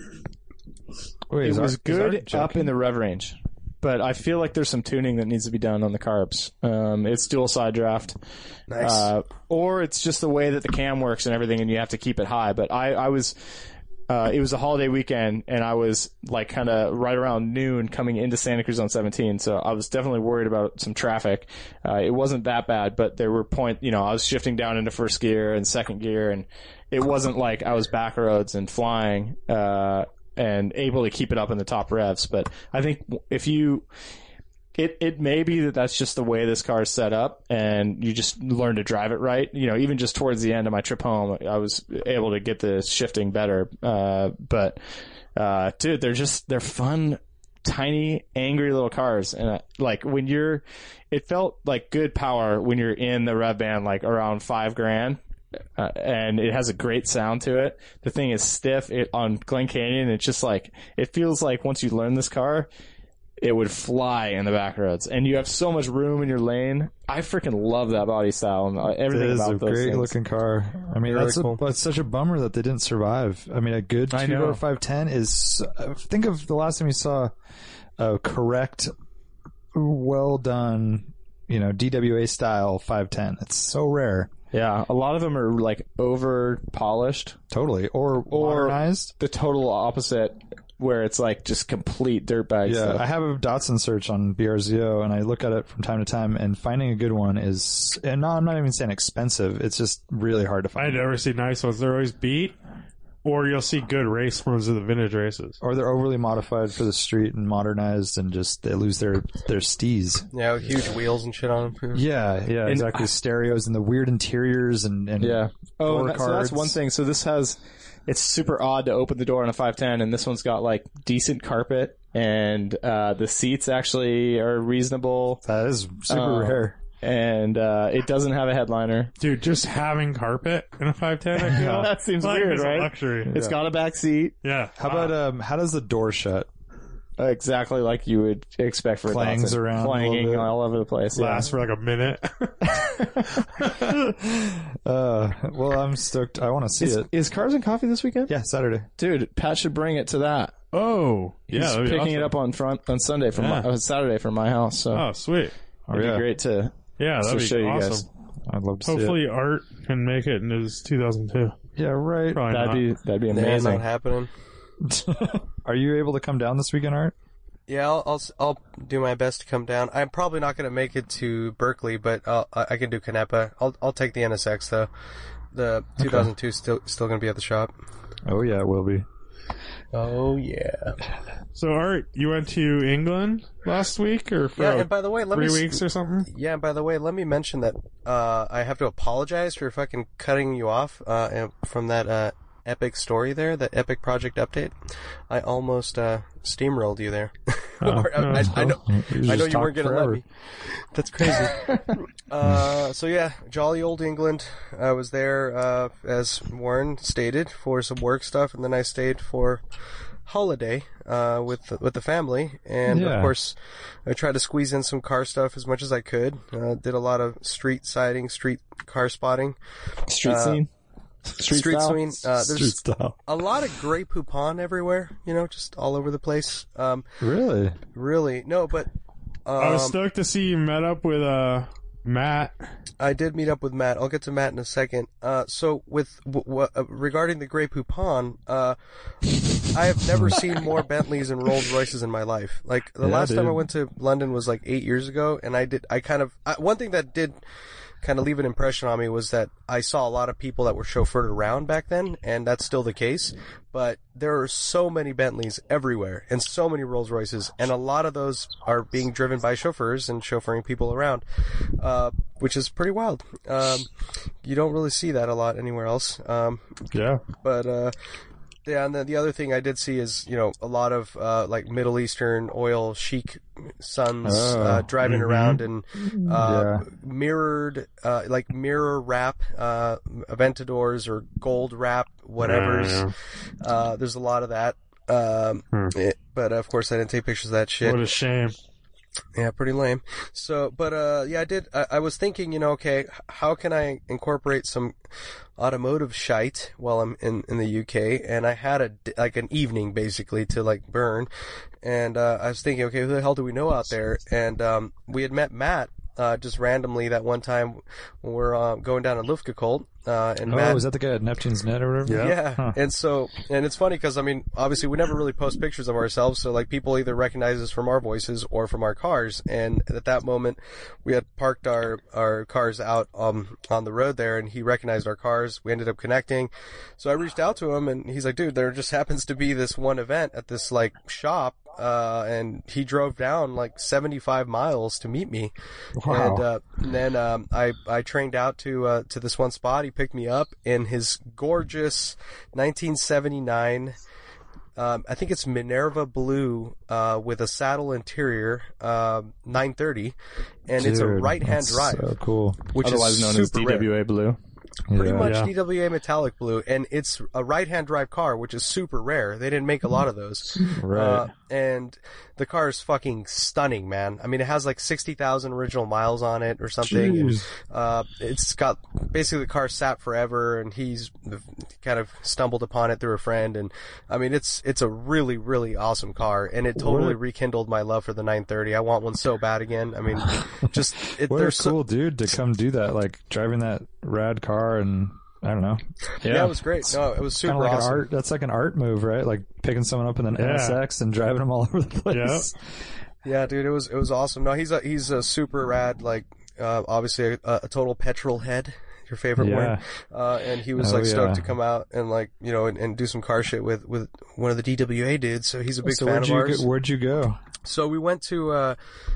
Speaker 1: Wait,
Speaker 5: it
Speaker 1: is our-
Speaker 5: was
Speaker 1: is our
Speaker 5: good
Speaker 1: joke-
Speaker 5: up in the rev range, but I feel like there's some tuning that needs to be done on the carbs. Um, it's dual side draft,
Speaker 3: Nice.
Speaker 5: uh, or it's just the way that the cam works and everything, and you have to keep it high. But I I was. Uh, it was a holiday weekend, and I was like kind of right around noon coming into Santa Cruz on 17, so I was definitely worried about some traffic. Uh, it wasn't that bad, but there were point, you know, I was shifting down into first gear and second gear, and it wasn't like I was back roads and flying uh, and able to keep it up in the top revs. But I think if you, it it may be that that's just the way this car is set up, and you just learn to drive it right. You know, even just towards the end of my trip home, I was able to get the shifting better. Uh, but uh, dude, they're just they're fun. Tiny, angry little cars, and uh, like when you're, it felt like good power when you're in the rev band, like around five grand, uh, and it has a great sound to it. The thing is stiff. It on Glen Canyon, it's just like it feels like once you learn this car, it would fly in the back roads, and you have so much room in your lane. I freaking love that body style and uh,
Speaker 1: It
Speaker 5: everything
Speaker 1: is
Speaker 5: about
Speaker 1: a
Speaker 5: those
Speaker 1: great
Speaker 5: things.
Speaker 1: looking car. I mean, that's, a, that's such a bummer that they didn't survive. I mean, a good
Speaker 5: I know.
Speaker 1: 20510 is. Uh, think of the last time you saw a correct, well done, you know, DWA style 510. It's so rare.
Speaker 5: Yeah, a lot of them are like over polished.
Speaker 1: Totally. Or, modernized.
Speaker 5: The total opposite, where it's like just complete dirtbag
Speaker 1: Yeah,
Speaker 5: stuff.
Speaker 1: I have a Datsun search on BRZO, and I look at it from time to time. And finding a good one is, and no, I'm not even saying expensive. It's just really hard to
Speaker 2: I
Speaker 1: find.
Speaker 2: never see nice ones. They're always beat, or you'll see good race ones of the vintage races.
Speaker 1: Or they're overly modified for the street and modernized, and just they lose their their stees.
Speaker 3: Yeah, with huge wheels and shit on them.
Speaker 1: Yeah, yeah, exactly. Stereos and the weird interiors and, and
Speaker 5: Yeah. Oh,
Speaker 1: door
Speaker 5: and that- so that's
Speaker 1: cards.
Speaker 5: one thing. So this has, it's super odd to open the door on a 510, and this one's got like decent carpet, and uh, the seats actually are reasonable,
Speaker 1: That is super
Speaker 5: Uh,
Speaker 1: rare.
Speaker 5: and uh, it doesn't have a headliner.
Speaker 2: Dude, just having carpet in a 510, I feel.
Speaker 5: That seems
Speaker 2: like,
Speaker 5: weird,
Speaker 2: is a
Speaker 5: right?
Speaker 2: luxury.
Speaker 5: It's got a back seat,
Speaker 2: yeah. Uh,
Speaker 1: How about um? How does the door shut?
Speaker 5: exactly like you would expect for
Speaker 1: Clangs
Speaker 5: a Datsun.
Speaker 1: around a little
Speaker 5: clanging
Speaker 1: bit.
Speaker 5: all over the place. yeah.
Speaker 2: Lasts for like a minute.
Speaker 1: Uh, well, I'm stoked. I want to see
Speaker 5: Is,
Speaker 1: it.
Speaker 5: is Cars and Coffee this weekend?
Speaker 1: Yeah, Saturday.
Speaker 5: dude, Pat should bring it to that.
Speaker 2: oh, yeah.
Speaker 5: He's
Speaker 2: that'd be
Speaker 5: picking
Speaker 2: awesome.
Speaker 5: it up on front on Sunday from my,
Speaker 2: Yeah.
Speaker 5: uh, Saturday from my house. So
Speaker 2: Oh, sweet.
Speaker 1: Oh,
Speaker 5: it'd
Speaker 1: yeah.
Speaker 5: be great to
Speaker 2: Yeah,
Speaker 5: So
Speaker 2: that'd be
Speaker 5: show you guys.
Speaker 2: awesome.
Speaker 1: I'd love to see it.
Speaker 2: Hopefully, Art can make it in his 2002.
Speaker 1: Yeah, right.
Speaker 2: Probably
Speaker 5: that'd
Speaker 2: not.
Speaker 5: be that'd be
Speaker 3: That's
Speaker 5: amazing.
Speaker 3: not happening.
Speaker 1: Are you able to come down this weekend, Art?
Speaker 3: Yeah, I'll, I'll s- I'll do my best to come down. I'm probably not going to make it to Berkeley, but I'll, I I can do Canepa. I'll I'll take the NSX though. The 2002 still still going to be at the shop.
Speaker 1: Oh yeah, it will be.
Speaker 3: Oh yeah.
Speaker 2: So, Art, you went to England last week or for
Speaker 5: Oh,
Speaker 3: Yeah,
Speaker 2: uh,
Speaker 3: and by the way, let me
Speaker 2: three
Speaker 3: s-
Speaker 2: weeks or something?
Speaker 3: Yeah, and by the way, let me mention that uh, I have to apologize for fucking cutting you off uh, and- from that uh, epic story there, that epic project update. I almost uh, steamrolled you there. Or, I, I- I know, I know you weren't going to let me. That's crazy. uh, so yeah, jolly old England. I was there, uh, as Warren stated, for some work stuff, and then I stayed for holiday uh, with the, with the family, and
Speaker 1: Yeah.
Speaker 3: of course, I tried to squeeze in some car stuff as much as I could. Uh, did a lot of street sighting, street car spotting,
Speaker 5: Street scene, street,
Speaker 3: street
Speaker 5: style?
Speaker 3: swing. Uh,
Speaker 1: Street
Speaker 3: there's
Speaker 1: style.
Speaker 3: a lot of gray poupon everywhere, you know, just all over the place. Um,
Speaker 1: Really?
Speaker 3: really, no, but. Um,
Speaker 2: I was stoked to see you met up with uh, Matt.
Speaker 3: I did meet up with Matt. I'll get to Matt in a second. Uh, so with w- w- uh, regarding the Grey Poupon, uh, I have never seen more Bentleys and Rolls Royces in my life. Like the
Speaker 1: Yeah,
Speaker 3: last time I
Speaker 1: dude.
Speaker 3: went to London was like eight years ago, and I did. I kind of I, one thing that did kind of leave an impression on me was that I saw a lot of people that were chauffeured around back then, and that's still the case. But there are so many Bentleys everywhere and so many Rolls Royces, and a lot of those are being driven by chauffeurs and chauffeuring people around, uh, which is pretty wild. Um, you don't really see that a lot anywhere else. Um,
Speaker 2: Yeah.
Speaker 3: but uh, yeah, and then the other thing I did see is you know a lot of uh, like Middle Eastern oil chic sons
Speaker 1: Oh,
Speaker 3: uh, driving around in uh,
Speaker 1: Yeah.
Speaker 3: mirrored uh, like mirror wrap uh, Aventadors or gold wrap whatever's.
Speaker 2: Yeah,
Speaker 3: Uh, there's a lot of that. Um,
Speaker 2: Hmm.
Speaker 3: it- but of course I didn't take pictures of that shit.
Speaker 2: What a shame.
Speaker 3: Yeah, pretty lame. So, but uh, yeah, I did. I, I was thinking, you know, okay, h- how can I incorporate some automotive shite while I'm in in the UK? And I had a d- like an evening basically to like burn, and uh, I was thinking, okay, who the hell do we know out there? And um, we had met Matt. Uh, just randomly that one time when we're uh, going down to Lufkakult, uh, and
Speaker 1: Oh,
Speaker 3: Matt
Speaker 1: is that the guy at Neptune's Net or whatever?
Speaker 3: yeah. And so, and it's funny because, I mean, obviously we never really post pictures of ourselves. So like people either recognize us from our voices or from our cars. And at that moment we had parked our, our cars out, um, on the road there and he recognized our cars. We ended up connecting. So I reached out to him and he's like, dude, there just happens to be this one event at this like shop. Uh, and he drove down like 75 miles to meet me.
Speaker 1: Wow.
Speaker 3: And, uh, and then um, I I trained out to uh, to this one spot. He picked me up in his gorgeous 1979. Um, I think it's Minerva Blue uh, with a saddle interior, um 930, and it's a
Speaker 1: Dude,
Speaker 3: right-hand
Speaker 1: that's
Speaker 3: drive,
Speaker 1: So cool.
Speaker 3: which
Speaker 5: otherwise
Speaker 3: is
Speaker 5: known as
Speaker 3: super rare.
Speaker 5: DWA Blue.
Speaker 3: pretty
Speaker 1: Yeah.
Speaker 3: much
Speaker 2: Yeah.
Speaker 3: DWA metallic blue, and it's a right-hand drive car, which is super rare. They didn't make a lot of those.
Speaker 5: Right.
Speaker 3: Uh, and the car is fucking stunning, man. I mean, it has like 60,000 original miles on it or something. And, uh, it's got basically the car sat forever and he's kind of stumbled upon it through a friend. And I mean, it's, it's a really, really awesome car and it totally rekindled my love for the 930. I want one so bad again. I mean, just, it,
Speaker 1: What
Speaker 3: they're
Speaker 1: a
Speaker 3: so,
Speaker 1: cool dude to come do that, like driving that rad car and I don't know,
Speaker 3: yeah. it was great. No, it was super
Speaker 1: kind of like
Speaker 3: awesome.
Speaker 1: an art. That's like an art move, right? Like picking someone up in an
Speaker 2: Yeah.
Speaker 1: NSX and driving them all over the place.
Speaker 3: Yeah, dude, it was it was awesome. No, he's a he's a super rad, like uh, obviously a, a total petrol head. Your favorite
Speaker 1: Yeah.
Speaker 3: word, uh, and he was
Speaker 1: Oh,
Speaker 3: like stoked
Speaker 1: yeah.
Speaker 3: to come out and like you know and, and do some car shit with with one of the DWA dudes. So he's a big
Speaker 1: So
Speaker 3: fan
Speaker 1: where'd
Speaker 3: of
Speaker 1: you
Speaker 3: ours.
Speaker 1: go, where'd you go?
Speaker 3: So we went to uh,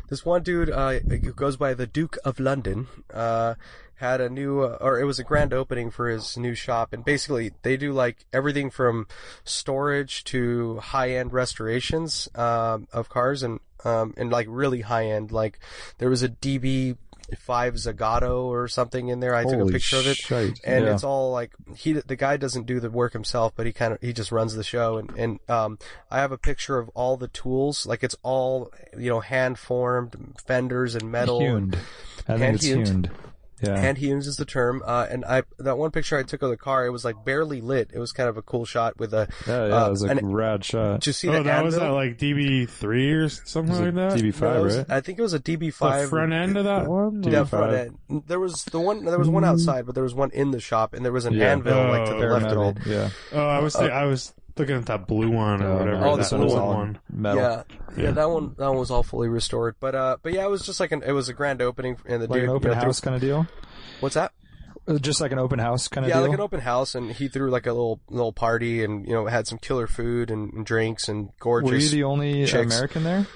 Speaker 3: this one dude uh, who goes by the Duke of London. Uh, had a new, uh, or it was a grand opening for his new shop, and basically they do like everything from storage to high-end restorations um, of cars, and um, and like really high-end. Like there was a DB five Zagato or something in there. I took a
Speaker 1: Holy
Speaker 3: picture of it
Speaker 1: shite.
Speaker 3: and
Speaker 1: Yeah.
Speaker 3: it's all like he the guy doesn't do the work himself but he kind of he just runs the show and and um i have a picture of all the tools like it's all you know hand formed fenders and metal
Speaker 1: Huned. I think
Speaker 3: Hand
Speaker 1: it's
Speaker 3: hewned.
Speaker 1: Huned. Yeah.
Speaker 3: hand hewn is the term uh and i that one picture i took of the car it was like barely lit it was kind of a cool shot with a
Speaker 1: Oh,
Speaker 5: Oh,
Speaker 1: yeah, yeah,
Speaker 3: uh,
Speaker 1: it was a
Speaker 3: an-
Speaker 1: rad shot.
Speaker 3: did you see
Speaker 2: Oh,
Speaker 3: the
Speaker 2: that was
Speaker 3: anvil?
Speaker 2: that like DB three or something like that.
Speaker 1: DB5,
Speaker 3: No, it was-
Speaker 1: right?
Speaker 3: i think it was a db5
Speaker 2: the front end of that one.
Speaker 3: Yeah, front end. There was the one. There was one outside, but there was one in the shop, and there was an
Speaker 1: Yeah.
Speaker 3: anvil like to
Speaker 2: Oh,
Speaker 3: the
Speaker 1: Bare
Speaker 3: left of
Speaker 1: metal.
Speaker 3: it.
Speaker 1: Yeah.
Speaker 2: Oh, I was thi- I was looking at that blue one or
Speaker 1: Uh,
Speaker 2: whatever.
Speaker 3: Oh,
Speaker 2: that
Speaker 3: Uh, the blue
Speaker 2: was
Speaker 3: one.
Speaker 2: one.
Speaker 1: Metal.
Speaker 3: Yeah, yeah, that one, that one was all fully restored. But uh, but yeah, it was just like an, it was a grand opening, and the
Speaker 1: Like
Speaker 3: dude,
Speaker 1: an open
Speaker 3: you know, threw-
Speaker 1: house kind of deal?
Speaker 3: what's that?
Speaker 1: Uh, Just like an open house kind of
Speaker 3: Yeah,
Speaker 1: deal?
Speaker 3: like an open house, and he threw like a little little party, and you know had some killer food and, and drinks and gorgeous.
Speaker 1: Were you the only
Speaker 3: chicks.
Speaker 1: American there?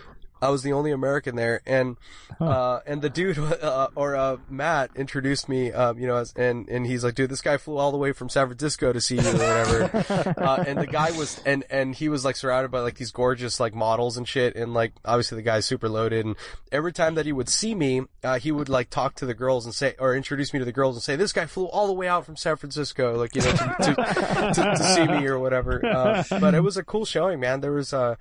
Speaker 3: I was the only American there, and uh, and the dude uh, or uh, Matt introduced me, um, you know, as, and and he's like, dude, this guy flew all the way from San Francisco to see you or whatever, uh, and the guy was and and he was like surrounded by like these gorgeous like models and shit, and like obviously the guy's super loaded, and every time that he would see me, uh, he would like talk to the girls and say or introduce me to the girls and say, this guy flew all the way out from San Francisco, like you know, to, to, to, to see me or whatever. Uh, but it was a cool showing, man. There was uh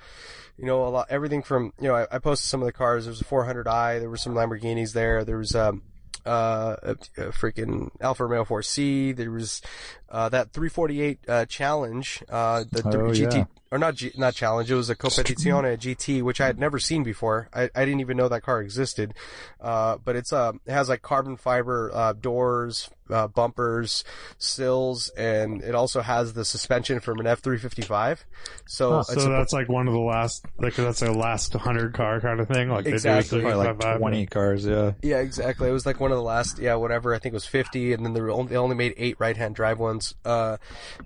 Speaker 3: you know, a lot, everything from, you know, I, I posted some of the cars. There was a 400i. There were some Lamborghinis there. There was, um, uh, a, a freaking Alfa Romeo 4C. There was, uh, that 348, uh, challenge, uh, the
Speaker 1: Oh,
Speaker 3: GT,
Speaker 1: yeah.
Speaker 3: or not, G, not challenge. It was a Competizione GT, which I had never seen before. I, I didn't even know that car existed. Uh, but it's, uh, it has like carbon fiber, uh, doors, uh, bumpers, sills, and it also has the suspension from an F355. So,
Speaker 2: So
Speaker 3: it's a-
Speaker 2: that's like one of the last, like that's their last hundred car kind of thing. Like
Speaker 3: Exactly.
Speaker 2: they do
Speaker 1: Probably
Speaker 2: with
Speaker 1: like
Speaker 2: 355.
Speaker 1: 20 cars, yeah.
Speaker 3: Yeah, exactly. It was like one of the last, yeah, whatever. I think it was fifty, and then they, were only, they only made eight right-hand drive ones. Uh,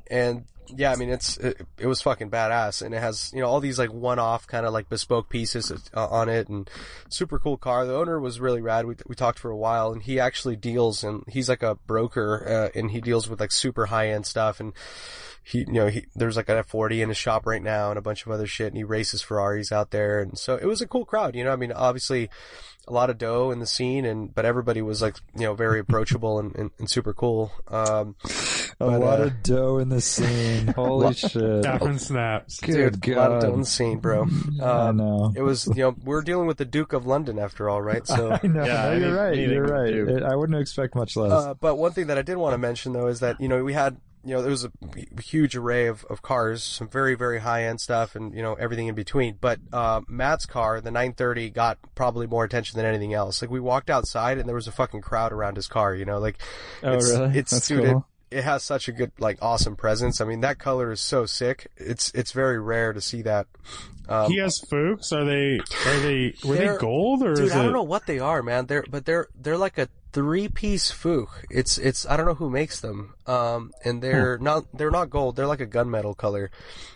Speaker 3: and yeah, I mean, it's it, it was fucking badass, and it has you know all these like one-off kind of like bespoke pieces uh, on it, and super cool car. The owner was really rad. We we talked for a while, and he actually deals, and he's like a broker, uh, and he deals with like super high-end stuff, and he, you know, he, there's like an F40 in his shop right now and a bunch of other shit and he races Ferraris out there. And so it was a cool crowd, you know, I mean, obviously a lot of dough in the scene and, but everybody was like, you know, very approachable and, and, and super cool. Um,
Speaker 1: A
Speaker 3: But,
Speaker 1: lot
Speaker 3: uh,
Speaker 1: of dough in the scene. Holy shit.
Speaker 2: Daffin snaps.
Speaker 1: Good
Speaker 3: a lot of dough in
Speaker 1: God.
Speaker 3: the scene, bro.
Speaker 1: I
Speaker 3: Um,
Speaker 1: know.
Speaker 3: it was, you know, we're dealing with the Duke of London after all, right? So.
Speaker 1: I know.
Speaker 5: Yeah,
Speaker 1: No,
Speaker 5: any-
Speaker 1: you're right.
Speaker 5: anything
Speaker 1: You're
Speaker 5: to
Speaker 1: right.
Speaker 5: do.
Speaker 1: It- I wouldn't expect much less.
Speaker 3: Uh, but one thing that I did want to mention though is that you know we had you know there was a huge array of, of cars, some very very high end stuff, and you know everything in between. But uh, Matt's car, the 930, got probably more attention than anything else. Like we walked outside and there was a fucking crowd around his car. You know, like
Speaker 5: Oh,
Speaker 3: it's,
Speaker 5: really?
Speaker 3: It's
Speaker 5: That's
Speaker 3: suited.
Speaker 5: cool.
Speaker 3: It has such a good, like, awesome presence. I mean, that color is so sick. It's it's very rare to see that. Um,
Speaker 2: He has Fuchs. Are they? Are they? Were
Speaker 3: They're-
Speaker 2: they gold or
Speaker 3: Dude,
Speaker 2: is
Speaker 3: I
Speaker 2: it-
Speaker 3: don't know what they are, man. They're but they're they're like a three piece fook. It's it's I don't know who makes them. um, and they're not they're not gold. They're like a gunmetal color.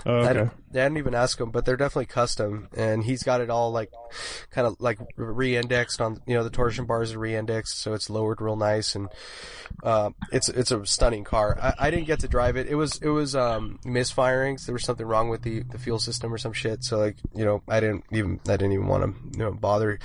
Speaker 2: Oh,
Speaker 3: I,
Speaker 2: okay.
Speaker 3: didn't, I didn't even ask him, but they're definitely custom, and he's got it all like, kind of like re-indexed on you know the torsion bars are re-indexed, so it's lowered real nice, and uh, it's it's a stunning car. I, I didn't get to drive it. It was it was um, misfirings. There was something wrong with the, the fuel system or some shit. So like you know I didn't even I didn't even want to you know bother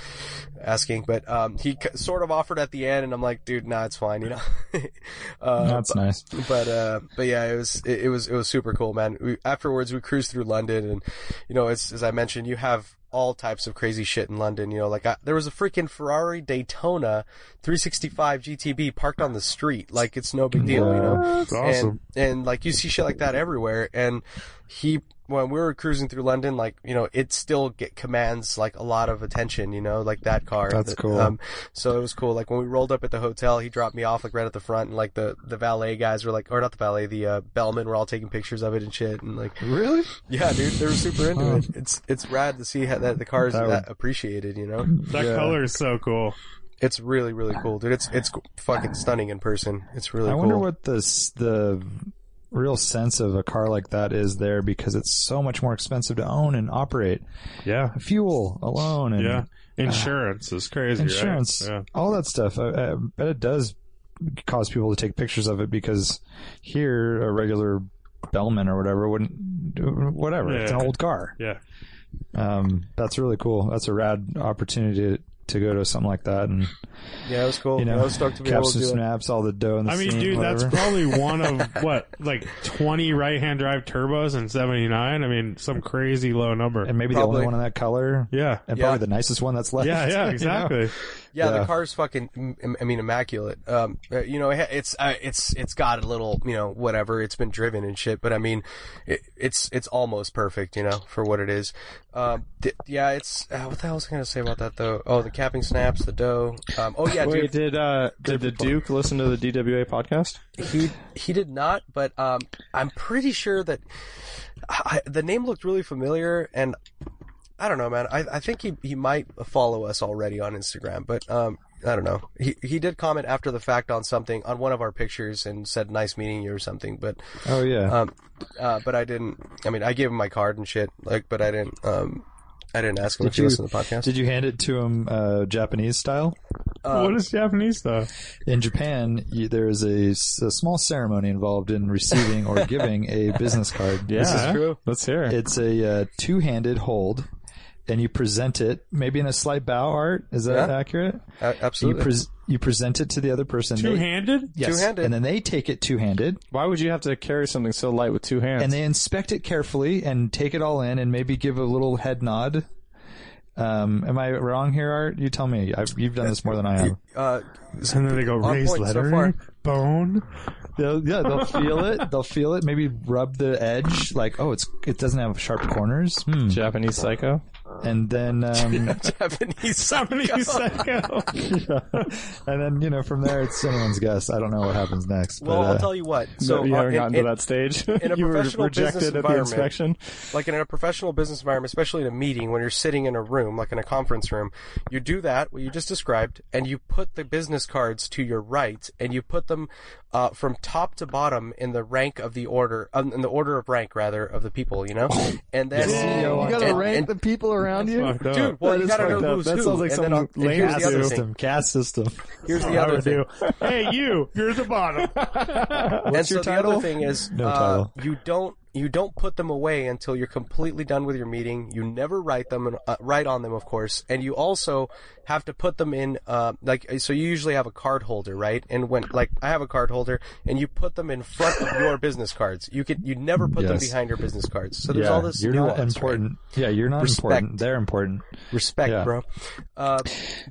Speaker 3: asking, but um, he c- sort of offered at the end, and I'm like, dude, nah, it's fine, you know. uh,
Speaker 1: That's nice.
Speaker 3: but uh, but yeah, it was it, it was it was super cool, man. We, afterwards, we cruised through London, and you know, it's as I mentioned, you have all types of crazy shit in London. You know, like I, there was a freaking Ferrari Daytona 365 GTB parked on the street, like it's no big deal, you know.
Speaker 2: That's awesome.
Speaker 3: And, and like you see shit like that everywhere, and he. When we were cruising through London, like you know, it still get commands like a lot of attention. You know, like that car.
Speaker 1: That's
Speaker 3: That-
Speaker 1: cool.
Speaker 3: Um, so it was cool. Like when we rolled up at the hotel, he dropped me off like right at the front, and like the the valet guys were like, or not the valet, the uh, bellman were all taking pictures of it and shit, and like,
Speaker 1: Really?
Speaker 3: yeah, dude, they were super into it. It's it's rad to see how that the car is
Speaker 1: That
Speaker 3: that,
Speaker 1: would-
Speaker 3: appreciated. You know,
Speaker 2: That color is so cool.
Speaker 3: it's really really cool, dude. It's it's fucking stunning in person. It's really.
Speaker 1: I wonder
Speaker 3: cool.
Speaker 1: what the s- the real sense of a car like that is there because it's so much more expensive to own and operate.
Speaker 2: Yeah.
Speaker 1: Fuel alone and
Speaker 2: Yeah. Insurance is crazy. right?
Speaker 1: insurance,
Speaker 2: Yeah.
Speaker 1: all that stuff. I, I bet it does cause people to take pictures of it because here a regular bellman or whatever wouldn't do- whatever it's an
Speaker 2: Yeah.
Speaker 1: old car
Speaker 2: Yeah.
Speaker 1: um that's really cool that's a rad opportunity to, to go to something like that and
Speaker 3: Yeah, it was cool.
Speaker 1: you know
Speaker 3: I was stoked to be able to
Speaker 1: capture
Speaker 3: do it.
Speaker 1: snaps all the dough in the
Speaker 2: I mean,
Speaker 1: scene,
Speaker 2: dude, that's
Speaker 1: whatever.
Speaker 2: probably one of what, like 20 right hand drive turbos in 79? I mean, some crazy low number.
Speaker 1: and maybe the
Speaker 3: probably.
Speaker 1: only one in that color
Speaker 2: Yeah.
Speaker 1: and
Speaker 3: Yeah.
Speaker 1: probably the nicest one that's left
Speaker 2: Yeah,
Speaker 1: you
Speaker 2: yeah,
Speaker 1: know?
Speaker 2: exactly.
Speaker 3: Yeah,
Speaker 1: Yeah.
Speaker 3: the car's fucking. mm, I mean, immaculate. Um, uh, you know, it- it's uh, it's it's got a little, you know, whatever. It's been driven and shit, but I mean, it, it's it's almost perfect, you know, for what it is. Um, th- yeah, it's uh, what the hell was I gonna say about that though? Oh, the capping snaps, the dough. Um, oh yeah, dude,
Speaker 5: Wait, did uh, did the Duke listen to the DWA podcast?
Speaker 3: he he did not, but um, I'm pretty sure that I, the name looked really familiar, and I don't know, man. I, I think he he might follow us already on Instagram, but um, I don't know. He he did comment after the fact on something on one of our pictures and said nice meeting you or something, but
Speaker 1: oh yeah
Speaker 3: um, uh, but I didn't. I mean, I gave him my card and shit, like, but I didn't um. I didn't ask him if he listened to the podcast.
Speaker 1: did you hand it to him uh japanese style
Speaker 2: what is Japanese stuff?
Speaker 1: In Japan, you, there is a, s- a small ceremony involved in receiving or giving a business card.
Speaker 5: Yeah,
Speaker 1: This is-
Speaker 5: true. Let's hear. It.
Speaker 1: it's a uh, two-handed hold, and you present it maybe in a slight bow art. Is that
Speaker 3: Yeah.
Speaker 1: accurate?
Speaker 3: A-
Speaker 1: You,
Speaker 3: absolutely.
Speaker 1: pres you present it to the other person.
Speaker 2: Two
Speaker 1: They-
Speaker 2: handed?
Speaker 1: Yes,
Speaker 3: Two-handed.
Speaker 1: and then they take it two-handed,
Speaker 5: Why would you have to carry something so light with two hands?
Speaker 1: and they inspect it carefully and take it all in, and maybe give a little head nod. Um, am I wrong here, Art? You tell me. I've, you've done this more than I have.
Speaker 3: uh,
Speaker 2: And then they go
Speaker 3: On
Speaker 2: raise
Speaker 3: point so
Speaker 2: lettering, bone.
Speaker 1: They'll, yeah, they'll feel it. They'll feel it. Maybe rub the edge, like, oh, it's it doesn't have sharp corners. Hmm.
Speaker 5: Japanese psycho.
Speaker 1: And then, um,
Speaker 3: Japanese
Speaker 2: Japanese psycho.
Speaker 1: and then you know, from there, it's anyone's guess. I don't know what happens next.
Speaker 3: Well,
Speaker 1: but, uh,
Speaker 3: I'll tell you what. So
Speaker 5: So you
Speaker 3: uh,
Speaker 5: haven't
Speaker 3: in-
Speaker 5: gotten
Speaker 3: in-
Speaker 5: to that stage.
Speaker 3: in a
Speaker 5: you were
Speaker 3: professional business
Speaker 5: rejected at the
Speaker 3: environment.
Speaker 5: inspection.
Speaker 3: like in a professional business environment, especially in a meeting when you're sitting in a room, like in a conference room, you do that, what you just described, and you put the business cards to your right and you put them uh, from top to bottom in the rank of the order, um, in the order of rank, rather, of the people, you know? And then,
Speaker 5: you gotta
Speaker 3: and-
Speaker 5: rank
Speaker 3: and-
Speaker 5: the people around you.
Speaker 2: Fucked up.
Speaker 3: dude, well,
Speaker 5: That
Speaker 3: you
Speaker 5: is
Speaker 3: gotta know
Speaker 5: fucked up.
Speaker 3: who's
Speaker 5: That
Speaker 3: who.
Speaker 5: sounds like
Speaker 3: and then
Speaker 5: some
Speaker 3: on- and
Speaker 5: lame
Speaker 3: here's
Speaker 1: Caste
Speaker 3: the other
Speaker 5: dude.
Speaker 3: thing.
Speaker 1: system, caste system.
Speaker 3: Here's the
Speaker 2: I
Speaker 3: other
Speaker 2: would
Speaker 3: thing.
Speaker 2: do. Hey, you, you're the bottom.
Speaker 3: and so the other thing is,
Speaker 1: No
Speaker 3: uh,
Speaker 1: title.
Speaker 3: you don't you don't put them away until you're completely done with your meeting. You never write them and uh, write on them, of course, and you also have to put them in uh, like so. You usually have a card holder, right? And when like I have a card holder, and you put them in front of your business cards. You could you never put them
Speaker 1: Yes.
Speaker 3: behind your business cards. So there's
Speaker 1: yeah,
Speaker 3: all this
Speaker 1: you're not
Speaker 3: nuance, right?
Speaker 1: important. Yeah, you're not
Speaker 3: Respect.
Speaker 1: important. They're important.
Speaker 3: Respect,
Speaker 1: Yeah.
Speaker 3: bro. Uh,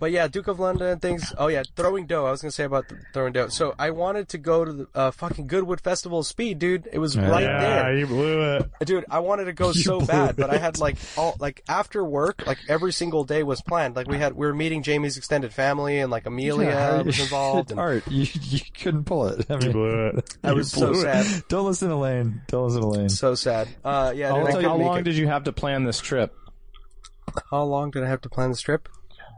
Speaker 3: but yeah, Duke of London and things. Oh yeah, throwing dough. I was gonna say about th- throwing dough. So I wanted to go to the uh, fucking Goodwood Festival of Speed, dude. It was right
Speaker 2: yeah,
Speaker 3: there,
Speaker 2: you blew it.
Speaker 3: dude. I wanted to go so bad, but I had like all like after work, like every single day was planned. Like we had we were meeting Jamie's extended family and like Amelia
Speaker 1: Yeah,
Speaker 3: was involved. and-
Speaker 1: Art, you, you couldn't pull it. I
Speaker 2: You
Speaker 1: mean,
Speaker 2: blew it.
Speaker 3: I was so
Speaker 1: blew it.
Speaker 3: sad,
Speaker 1: Don't listen to Lane. Don't listen to Lane.
Speaker 3: so sad. Uh, yeah. dude, I
Speaker 5: Like,
Speaker 3: couldn't
Speaker 5: how
Speaker 3: make
Speaker 5: long
Speaker 3: it.
Speaker 5: did you have to plan this trip?
Speaker 3: how long did I have to plan this trip?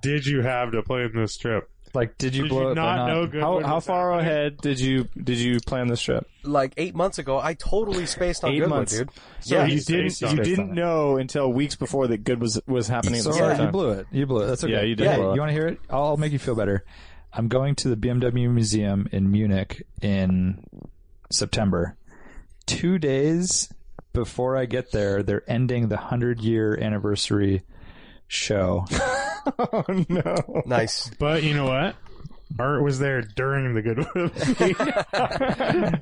Speaker 2: Did you have to play in this trip?
Speaker 1: Like, did you
Speaker 2: Did
Speaker 1: blow
Speaker 2: you
Speaker 1: it? by
Speaker 2: not know Goodwin
Speaker 5: How,
Speaker 2: was
Speaker 5: how far
Speaker 2: happening?
Speaker 5: ahead did you did you plan this trip?
Speaker 3: Like eight months ago, I totally spaced on
Speaker 5: Eight
Speaker 3: Goodwood,
Speaker 5: months.
Speaker 3: dude.
Speaker 5: So
Speaker 3: Yeah.
Speaker 5: you
Speaker 2: Based
Speaker 5: didn't
Speaker 2: on
Speaker 5: you
Speaker 2: it.
Speaker 5: didn't know until weeks before that good was was happening at the
Speaker 1: Sorry,
Speaker 5: same
Speaker 3: Yeah.
Speaker 1: you
Speaker 5: time.
Speaker 1: blew it. You blew it. That's okay.
Speaker 5: Yeah, you did
Speaker 1: Hey,
Speaker 5: blow it.
Speaker 1: You want to hear it? I'll I'll make you feel better. I'm going to the BMW Museum in Munich in September. Two days before I get there, they're ending the 100 year anniversary show.
Speaker 5: Oh no!
Speaker 3: Nice.
Speaker 2: But you know what? Art was there during the Goodwood.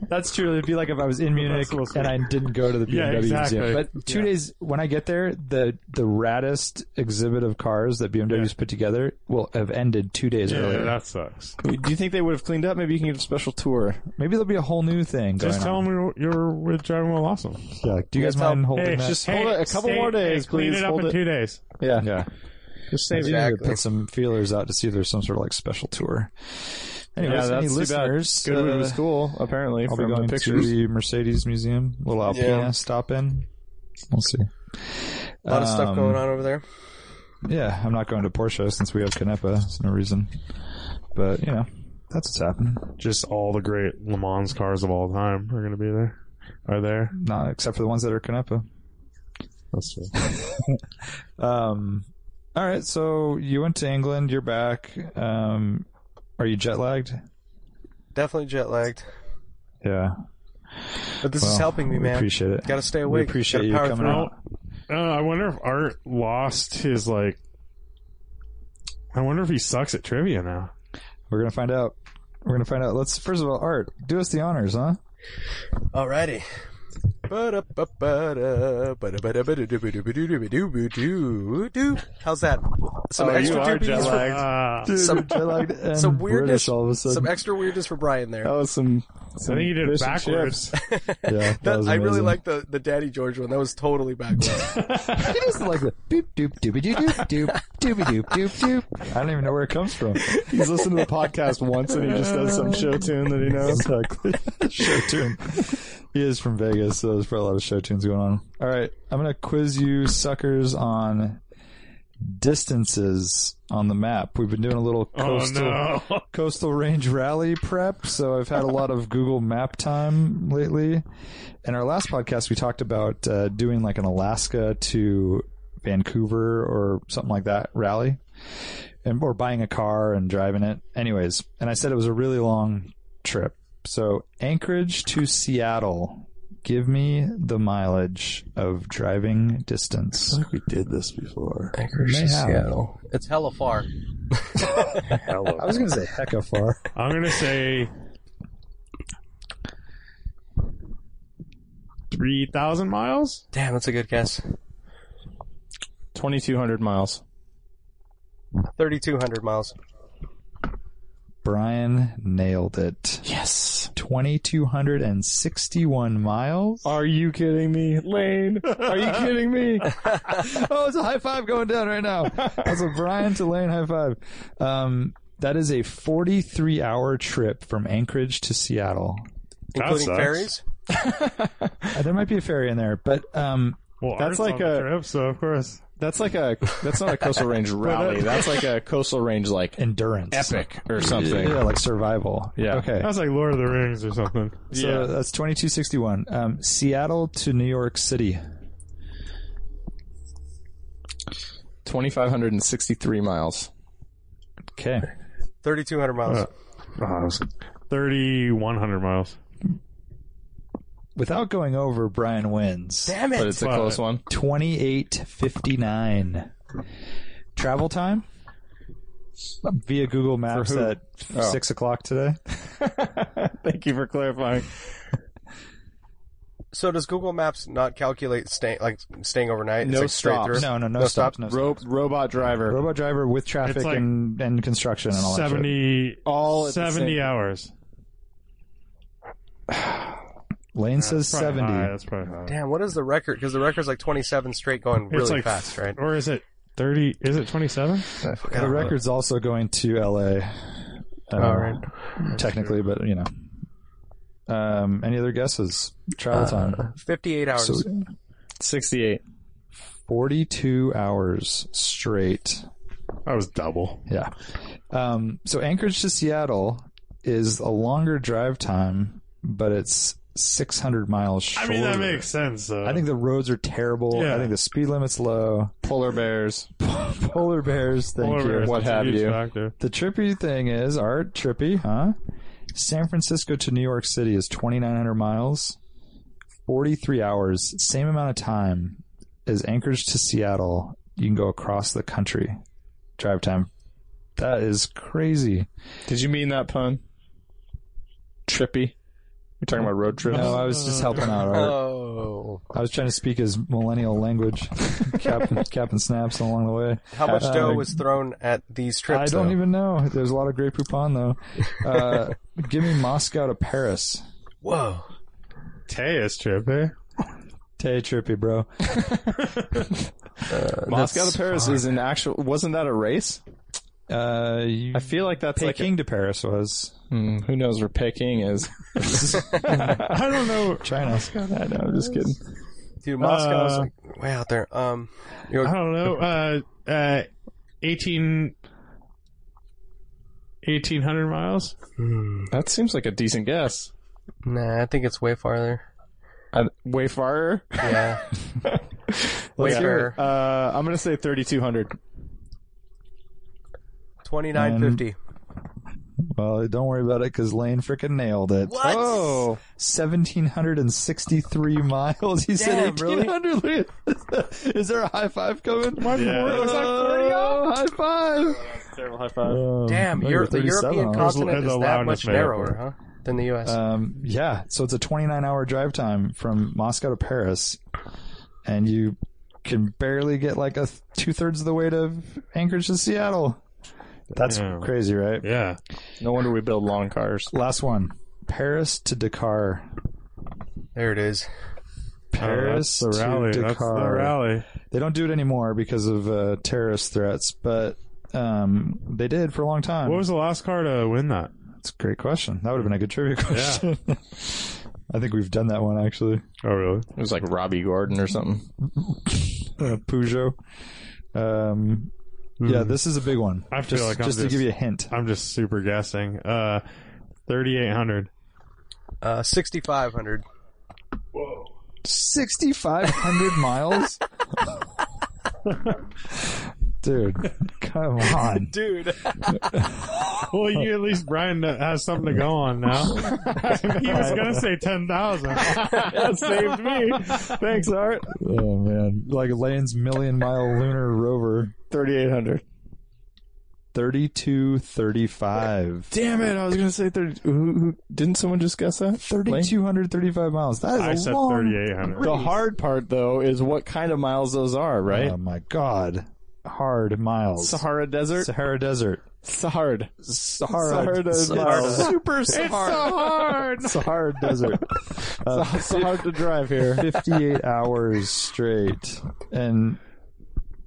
Speaker 1: That's true. It'd be like if I was in Munich
Speaker 2: That's a little
Speaker 1: and I didn't go to the BMW
Speaker 2: Yeah, exactly.
Speaker 1: museum. But two days when I get there, the the raddest exhibit of cars that BMW's put together will have ended two days
Speaker 2: yeah,
Speaker 1: earlier.
Speaker 2: that sucks.
Speaker 5: Do you think they would have cleaned up? Maybe you can get a special tour.
Speaker 1: Maybe there'll be a whole new thing.
Speaker 2: Just
Speaker 1: going
Speaker 2: tell
Speaker 1: on.
Speaker 2: them you're, you're with Dragon Ball Awesome.
Speaker 1: Yeah, like, do you guys
Speaker 3: That's how-
Speaker 1: mind holding
Speaker 2: Hey,
Speaker 1: that?
Speaker 2: just
Speaker 5: Hold it a couple more days,
Speaker 2: hey, clean
Speaker 5: please.
Speaker 2: it up
Speaker 5: Hold
Speaker 2: in
Speaker 5: it.
Speaker 2: two days.
Speaker 5: Yeah,
Speaker 1: yeah.
Speaker 5: just
Speaker 1: Maybe we need
Speaker 5: save it.
Speaker 1: to
Speaker 3: Exactly.
Speaker 1: put some feelers out to see if there's some sort of like special tour. Anyways,
Speaker 5: Yeah,
Speaker 1: any
Speaker 5: that's too bad.
Speaker 1: listeners?
Speaker 5: Goodwood
Speaker 1: uh,
Speaker 5: was cool, apparently.
Speaker 1: I'll be
Speaker 5: from
Speaker 1: going
Speaker 5: the pictures.
Speaker 1: to the Mercedes Museum. Little Alpina
Speaker 3: Yeah.
Speaker 1: stop in. We'll see.
Speaker 3: A lot of stuff
Speaker 1: Um,
Speaker 3: going on over there.
Speaker 1: Yeah, I'm not going to Porsche since we have Canepa. There's no reason. But, you know, that's what's happening.
Speaker 2: Just all the great Le Mans cars of all time are going to be there. Are there?
Speaker 1: Not except for the ones that are Canepa.
Speaker 2: That's true.
Speaker 1: Um, all right, so you went to England. You're back. Um, are you jet lagged?
Speaker 3: Definitely jet lagged,
Speaker 1: Yeah.
Speaker 3: but this is
Speaker 1: Well,
Speaker 3: helping me,
Speaker 1: we
Speaker 3: man.
Speaker 1: appreciate it.
Speaker 3: Gotta stay
Speaker 1: we
Speaker 3: awake.
Speaker 1: appreciate
Speaker 3: Gotta
Speaker 1: you
Speaker 3: power
Speaker 1: coming
Speaker 3: through.
Speaker 1: out.
Speaker 2: Uh, I wonder if Art lost his like. I wonder if he sucks at trivia now.
Speaker 1: We're gonna find out. We're gonna find out. Let's first of all, Art, do us the honors, huh?
Speaker 3: Alrighty. Ba-da-ba-ba-da, ba-da-ba-da-ba-da-da-ba-da-ba-da-ba-da-ba-da-ba-da. How's that? Some
Speaker 5: Oh, you
Speaker 3: extra
Speaker 5: are
Speaker 3: doobies for-
Speaker 5: jet-lagged.
Speaker 2: Ah, I
Speaker 3: Some- some weirdness.
Speaker 1: all of a sudden.
Speaker 3: Some extra weirdness for Brian there.
Speaker 5: That was some. some
Speaker 2: think he did it
Speaker 5: fish and
Speaker 2: backwards.
Speaker 5: chips.
Speaker 1: yeah, that
Speaker 3: That-
Speaker 1: was
Speaker 3: I really
Speaker 1: amazing.
Speaker 3: like the, the Daddy George one. That was totally backwards.
Speaker 1: He does like the boop doop doobie doop doop doobie doop doop doop. I don't even know where it comes from.
Speaker 5: He's listened to the podcast once and he just does some show tune that he knows.
Speaker 1: exactly. show tune. He is from Vegas, so there's probably a lot of show tunes going on. All right, I'm gonna quiz you suckers on distances on the map. We've been doing a little
Speaker 2: Oh
Speaker 1: coastal
Speaker 2: no!
Speaker 1: Coastal Range Rally prep, so I've had a lot of Google Map time lately. In our last podcast, we talked about uh, doing like an Alaska to Vancouver or something like that rally, and or buying a car and driving it. Anyways, and I said it was a really long trip. So Anchorage to Seattle, give me the mileage of driving distance.
Speaker 5: We did this before.
Speaker 3: Anchorage
Speaker 1: to Seattle.
Speaker 3: It's hella far.
Speaker 1: I was gonna say hecka far.
Speaker 2: I'm gonna say three thousand miles.
Speaker 3: Damn, that's a good guess.
Speaker 5: 2,200 miles.
Speaker 3: 3,200 miles.
Speaker 1: Brian nailed it.
Speaker 5: Yes.
Speaker 1: 2,261 miles.
Speaker 5: Are you kidding me, Lane? Are you kidding me?
Speaker 1: Oh, it's a high five going down right now. That's a Brian to Lane high five. Um, that is a 43 hour trip from Anchorage to Seattle.
Speaker 3: Including
Speaker 2: sucks.
Speaker 3: ferries?
Speaker 1: Uh, there might be a ferry in there, but um,
Speaker 2: Well, Art's
Speaker 5: That's
Speaker 2: on
Speaker 5: like
Speaker 2: the
Speaker 5: a-
Speaker 2: trip, so of course.
Speaker 5: That's like a. That's not a coastal range rally. That's like a coastal range like
Speaker 1: endurance.
Speaker 5: epic or something.
Speaker 1: Yeah, like survival.
Speaker 5: Yeah.
Speaker 1: Okay.
Speaker 2: That's like Lord of the Rings or something.
Speaker 1: So
Speaker 5: Yeah.
Speaker 1: that's 2261. Um, Seattle to New York City.
Speaker 5: 2,563 miles.
Speaker 1: Okay.
Speaker 3: 3,200 miles.
Speaker 2: Uh, Thirty-one hundred miles.
Speaker 1: Without going over, Brian wins.
Speaker 3: Damn
Speaker 5: But
Speaker 3: it.
Speaker 5: it's a
Speaker 2: Fuck.
Speaker 5: close one.
Speaker 1: 2859. Travel time? Via Google Maps
Speaker 5: who?
Speaker 1: at
Speaker 5: Oh.
Speaker 1: 6 o'clock today.
Speaker 5: Thank you for clarifying.
Speaker 3: So does Google Maps not calculate staying like staying overnight?
Speaker 5: No
Speaker 3: it's like straight
Speaker 5: stops.
Speaker 3: through?
Speaker 1: No, no, no,
Speaker 3: No
Speaker 1: stops.
Speaker 3: stops.
Speaker 1: No stops.
Speaker 5: Ro- robot driver.
Speaker 1: Robo driver with traffic
Speaker 2: It's like
Speaker 1: and, and construction and all that. shit.
Speaker 2: Seventy.
Speaker 5: All at the
Speaker 2: seventy
Speaker 5: same-
Speaker 2: hours.
Speaker 1: Lane says
Speaker 2: Probably
Speaker 1: 70.
Speaker 2: high, That's probably high.
Speaker 3: Damn, what is the record? Because the record's like 27 straight going
Speaker 2: It's
Speaker 3: really
Speaker 2: like
Speaker 3: fast, right?
Speaker 2: Or is it thirty? Is it twenty-seven?
Speaker 1: The record's also going to LA. Uh,
Speaker 3: All right.
Speaker 1: Technically, but you know. Um, any other guesses? Travel time.
Speaker 3: 58 hours.
Speaker 1: So
Speaker 5: 68.
Speaker 1: 42 hours straight.
Speaker 2: I was double.
Speaker 1: Yeah. Um, so Anchorage to Seattle is a longer drive time, but it's 600 miles
Speaker 2: I
Speaker 1: shorter.
Speaker 2: mean, that makes sense. uh, Though.
Speaker 1: I think the roads are terrible.
Speaker 2: Yeah.
Speaker 1: I think the speed limit's low.
Speaker 5: Polar bears.
Speaker 1: Polar bears, thank
Speaker 2: Polar
Speaker 1: you.
Speaker 2: bears,
Speaker 5: What
Speaker 2: that's a
Speaker 5: have
Speaker 2: huge
Speaker 5: you.
Speaker 2: factor.
Speaker 1: The trippy thing is, art trippy, huh? San Francisco to New York City is 2,900 miles, 43 hours, same amount of time as Anchorage to Seattle. You can go across the country, drive time. That is crazy.
Speaker 5: Did you mean that pun? Trippy. You're talking about road trips.
Speaker 1: No, I was just helping out. Art.
Speaker 3: Oh,
Speaker 1: I was trying to speak his millennial language, Captain, Captain Snaps along the way.
Speaker 3: how much
Speaker 1: Uh,
Speaker 3: dough was thrown at these trips?
Speaker 1: I don't
Speaker 3: though?
Speaker 1: even know. There's a lot of Grey Poupon, though. Uh, give me Moscow to Paris.
Speaker 3: Whoa.
Speaker 2: Teus trip, eh?
Speaker 1: Tay trippy, bro.
Speaker 5: Moscow to Paris is an actual. Wasn't that a race?
Speaker 1: Uh, you,
Speaker 5: I feel like that's
Speaker 1: Peking to Paris was
Speaker 5: like. Hmm, who knows where Peking is?
Speaker 2: I don't know.
Speaker 1: China.
Speaker 5: I know. I'm just kidding.
Speaker 3: Dude, Moscow's like way out there. Um, you
Speaker 2: I
Speaker 3: know,
Speaker 2: don't know. Uh, uh, 18, 1800 miles.
Speaker 5: That seems like a decent guess.
Speaker 3: nah, I think it's way farther.
Speaker 5: I, way farther.
Speaker 3: Yeah,
Speaker 5: Way
Speaker 3: hear it.
Speaker 5: Uh, I'm gonna say 3,200.
Speaker 3: twenty nine fifty.
Speaker 1: Well, don't worry about it because Lane freaking nailed it.
Speaker 3: What?
Speaker 5: Oh,
Speaker 1: 1,763 miles. He said
Speaker 3: Damn, really?
Speaker 1: 1,800. Is there a high five coming?
Speaker 2: Yeah.
Speaker 1: Oh,
Speaker 2: It was
Speaker 1: high five.
Speaker 5: terrible high five.
Speaker 3: Damn,
Speaker 1: Oh,
Speaker 3: Europe, the
Speaker 1: 37
Speaker 3: European
Speaker 1: hours.
Speaker 3: continent
Speaker 2: There's
Speaker 3: is
Speaker 2: a
Speaker 3: that
Speaker 2: loudness
Speaker 3: much
Speaker 2: made up
Speaker 3: narrower,
Speaker 2: for
Speaker 3: huh? Than the U.S.
Speaker 1: Um, yeah, so it's a 29 hour drive time from Moscow to Paris, and you can barely get like a two thirds of the way to Anchorage to Seattle. That's
Speaker 2: Damn.
Speaker 1: crazy, right?
Speaker 2: Yeah.
Speaker 5: No wonder we build long cars.
Speaker 1: Last one Paris to Dakar.
Speaker 3: there it is.
Speaker 1: Paris
Speaker 2: oh, Oh, that's the
Speaker 1: to
Speaker 2: rally. That's the
Speaker 1: Dakar.
Speaker 2: rally.
Speaker 1: They don't do it anymore because of uh, terrorist threats, but um, they did for a long time.
Speaker 2: What was the last car to win that?
Speaker 1: That's a great question. That would have been a good trivia question. I think we've done that one actually.
Speaker 2: Oh, really?
Speaker 5: It was like Robbie Gordon or something.
Speaker 1: Uh, Peugeot. Um, Yeah, this is a big one.
Speaker 2: Hmm. I feel
Speaker 1: just,
Speaker 2: like I'm
Speaker 1: just to
Speaker 2: just-
Speaker 1: give you a hint.
Speaker 2: I'm just super guessing. Uh, 3,800.
Speaker 3: Uh, sixty five hundred.
Speaker 1: 6,500 miles? Dude, come on.
Speaker 3: Dude,
Speaker 2: Well, you at least Brian uh, has something to go on now. he was gonna say ten thousand. that saved me.
Speaker 5: Thanks, Art.
Speaker 1: Oh, man. Like Lane's million mile lunar rover,
Speaker 5: 3,800.
Speaker 1: 3235.
Speaker 5: Damn it! I was gonna say 30. Who, who didn't someone just guess that?
Speaker 1: 3,235 miles. That is
Speaker 2: I
Speaker 1: a
Speaker 2: said
Speaker 1: long...
Speaker 2: thirty-eight hundred.
Speaker 5: The hard part though is what kind of miles those are, right?
Speaker 1: Oh, my God. Hard miles.
Speaker 5: Sahara Desert.
Speaker 1: Sahara Desert.
Speaker 5: Sahara.
Speaker 1: Sahara,
Speaker 5: Sahara
Speaker 1: It's
Speaker 5: miles.
Speaker 1: Super Sahara. It's Sahara Desert.
Speaker 5: It's so hard to drive here.
Speaker 1: 58 hours straight. And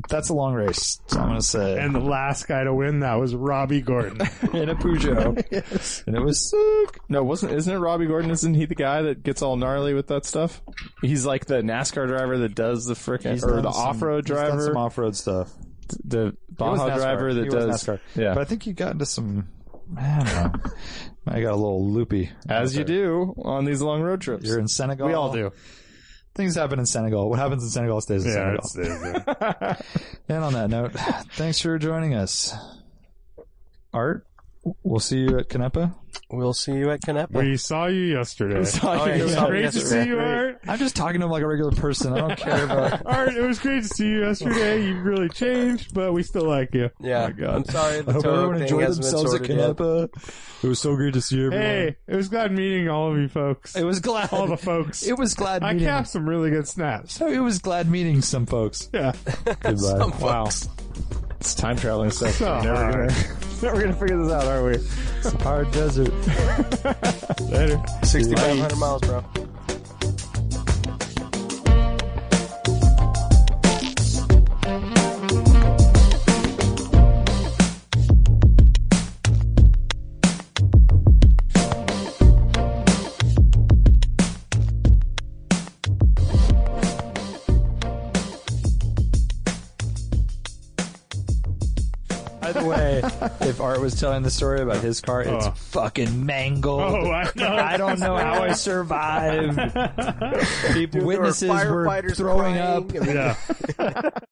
Speaker 1: that's a long race, so I'm going to say.
Speaker 2: And the last guy to win that was Robbie Gordon.
Speaker 1: in a Peugeot. And it was sick.
Speaker 5: No, wasn't isn't it Robbie Gordon? Isn't he the guy that gets all gnarly with that stuff? He's like the NASCAR driver that does the frickin' or the off road
Speaker 1: He's done
Speaker 5: driver,
Speaker 1: some off-road stuff.
Speaker 5: the
Speaker 1: He was
Speaker 5: Baja
Speaker 1: NASCAR.
Speaker 5: driver that
Speaker 1: He was
Speaker 5: does
Speaker 1: NASCAR.
Speaker 5: Yeah,
Speaker 1: But I think he got into some, I don't know. I got a little loopy.
Speaker 5: as you do on these long road trips.
Speaker 1: You're in Senegal.
Speaker 5: we all do.
Speaker 1: Things happen in Senegal. What happens in Senegal stays in
Speaker 2: yeah,
Speaker 1: Senegal.
Speaker 2: it's, it's-
Speaker 1: And on that note, thanks for joining us. Art, we'll see you at Canepa.
Speaker 3: we'll see you at Canepa.
Speaker 2: we saw you yesterday.
Speaker 3: Oh, yeah,
Speaker 2: It was
Speaker 3: saw me
Speaker 2: great to
Speaker 3: yesterday.
Speaker 2: see you, Art.
Speaker 1: I'm just talking to him like a regular person. I don't care about.
Speaker 2: Art, it was great to see you yesterday. You've really changed, but we still like you.
Speaker 3: yeah, I'm sorry. The
Speaker 1: I hope
Speaker 3: toe
Speaker 1: everyone
Speaker 3: thing
Speaker 1: enjoyed
Speaker 3: hasn't been
Speaker 1: themselves at
Speaker 3: sorted yet.
Speaker 1: Canepa. It was so great to see everyone.
Speaker 2: Hey, it was glad meeting all of you folks.
Speaker 1: it was glad.
Speaker 2: all the folks.
Speaker 1: It was glad
Speaker 2: I
Speaker 1: meeting.
Speaker 2: capped some really good snaps.
Speaker 1: So it was glad meeting some folks.
Speaker 2: Yeah.
Speaker 1: Goodbye.
Speaker 5: Wow, it's time traveling stuff.
Speaker 2: So
Speaker 5: We're never
Speaker 2: hard.
Speaker 5: gonna, never gonna figure this out, are we?
Speaker 1: Our desert.
Speaker 2: Later.
Speaker 3: 6,500 miles, bro.
Speaker 1: if Art was telling the story about his car, it's
Speaker 2: Oh.
Speaker 1: fucking mangled.
Speaker 2: Oh, I know.
Speaker 1: I don't know how I survived. People,
Speaker 3: There were
Speaker 1: witnesses were
Speaker 3: firefighters
Speaker 1: throwing
Speaker 3: crying,
Speaker 1: up.
Speaker 3: and-
Speaker 2: Yeah.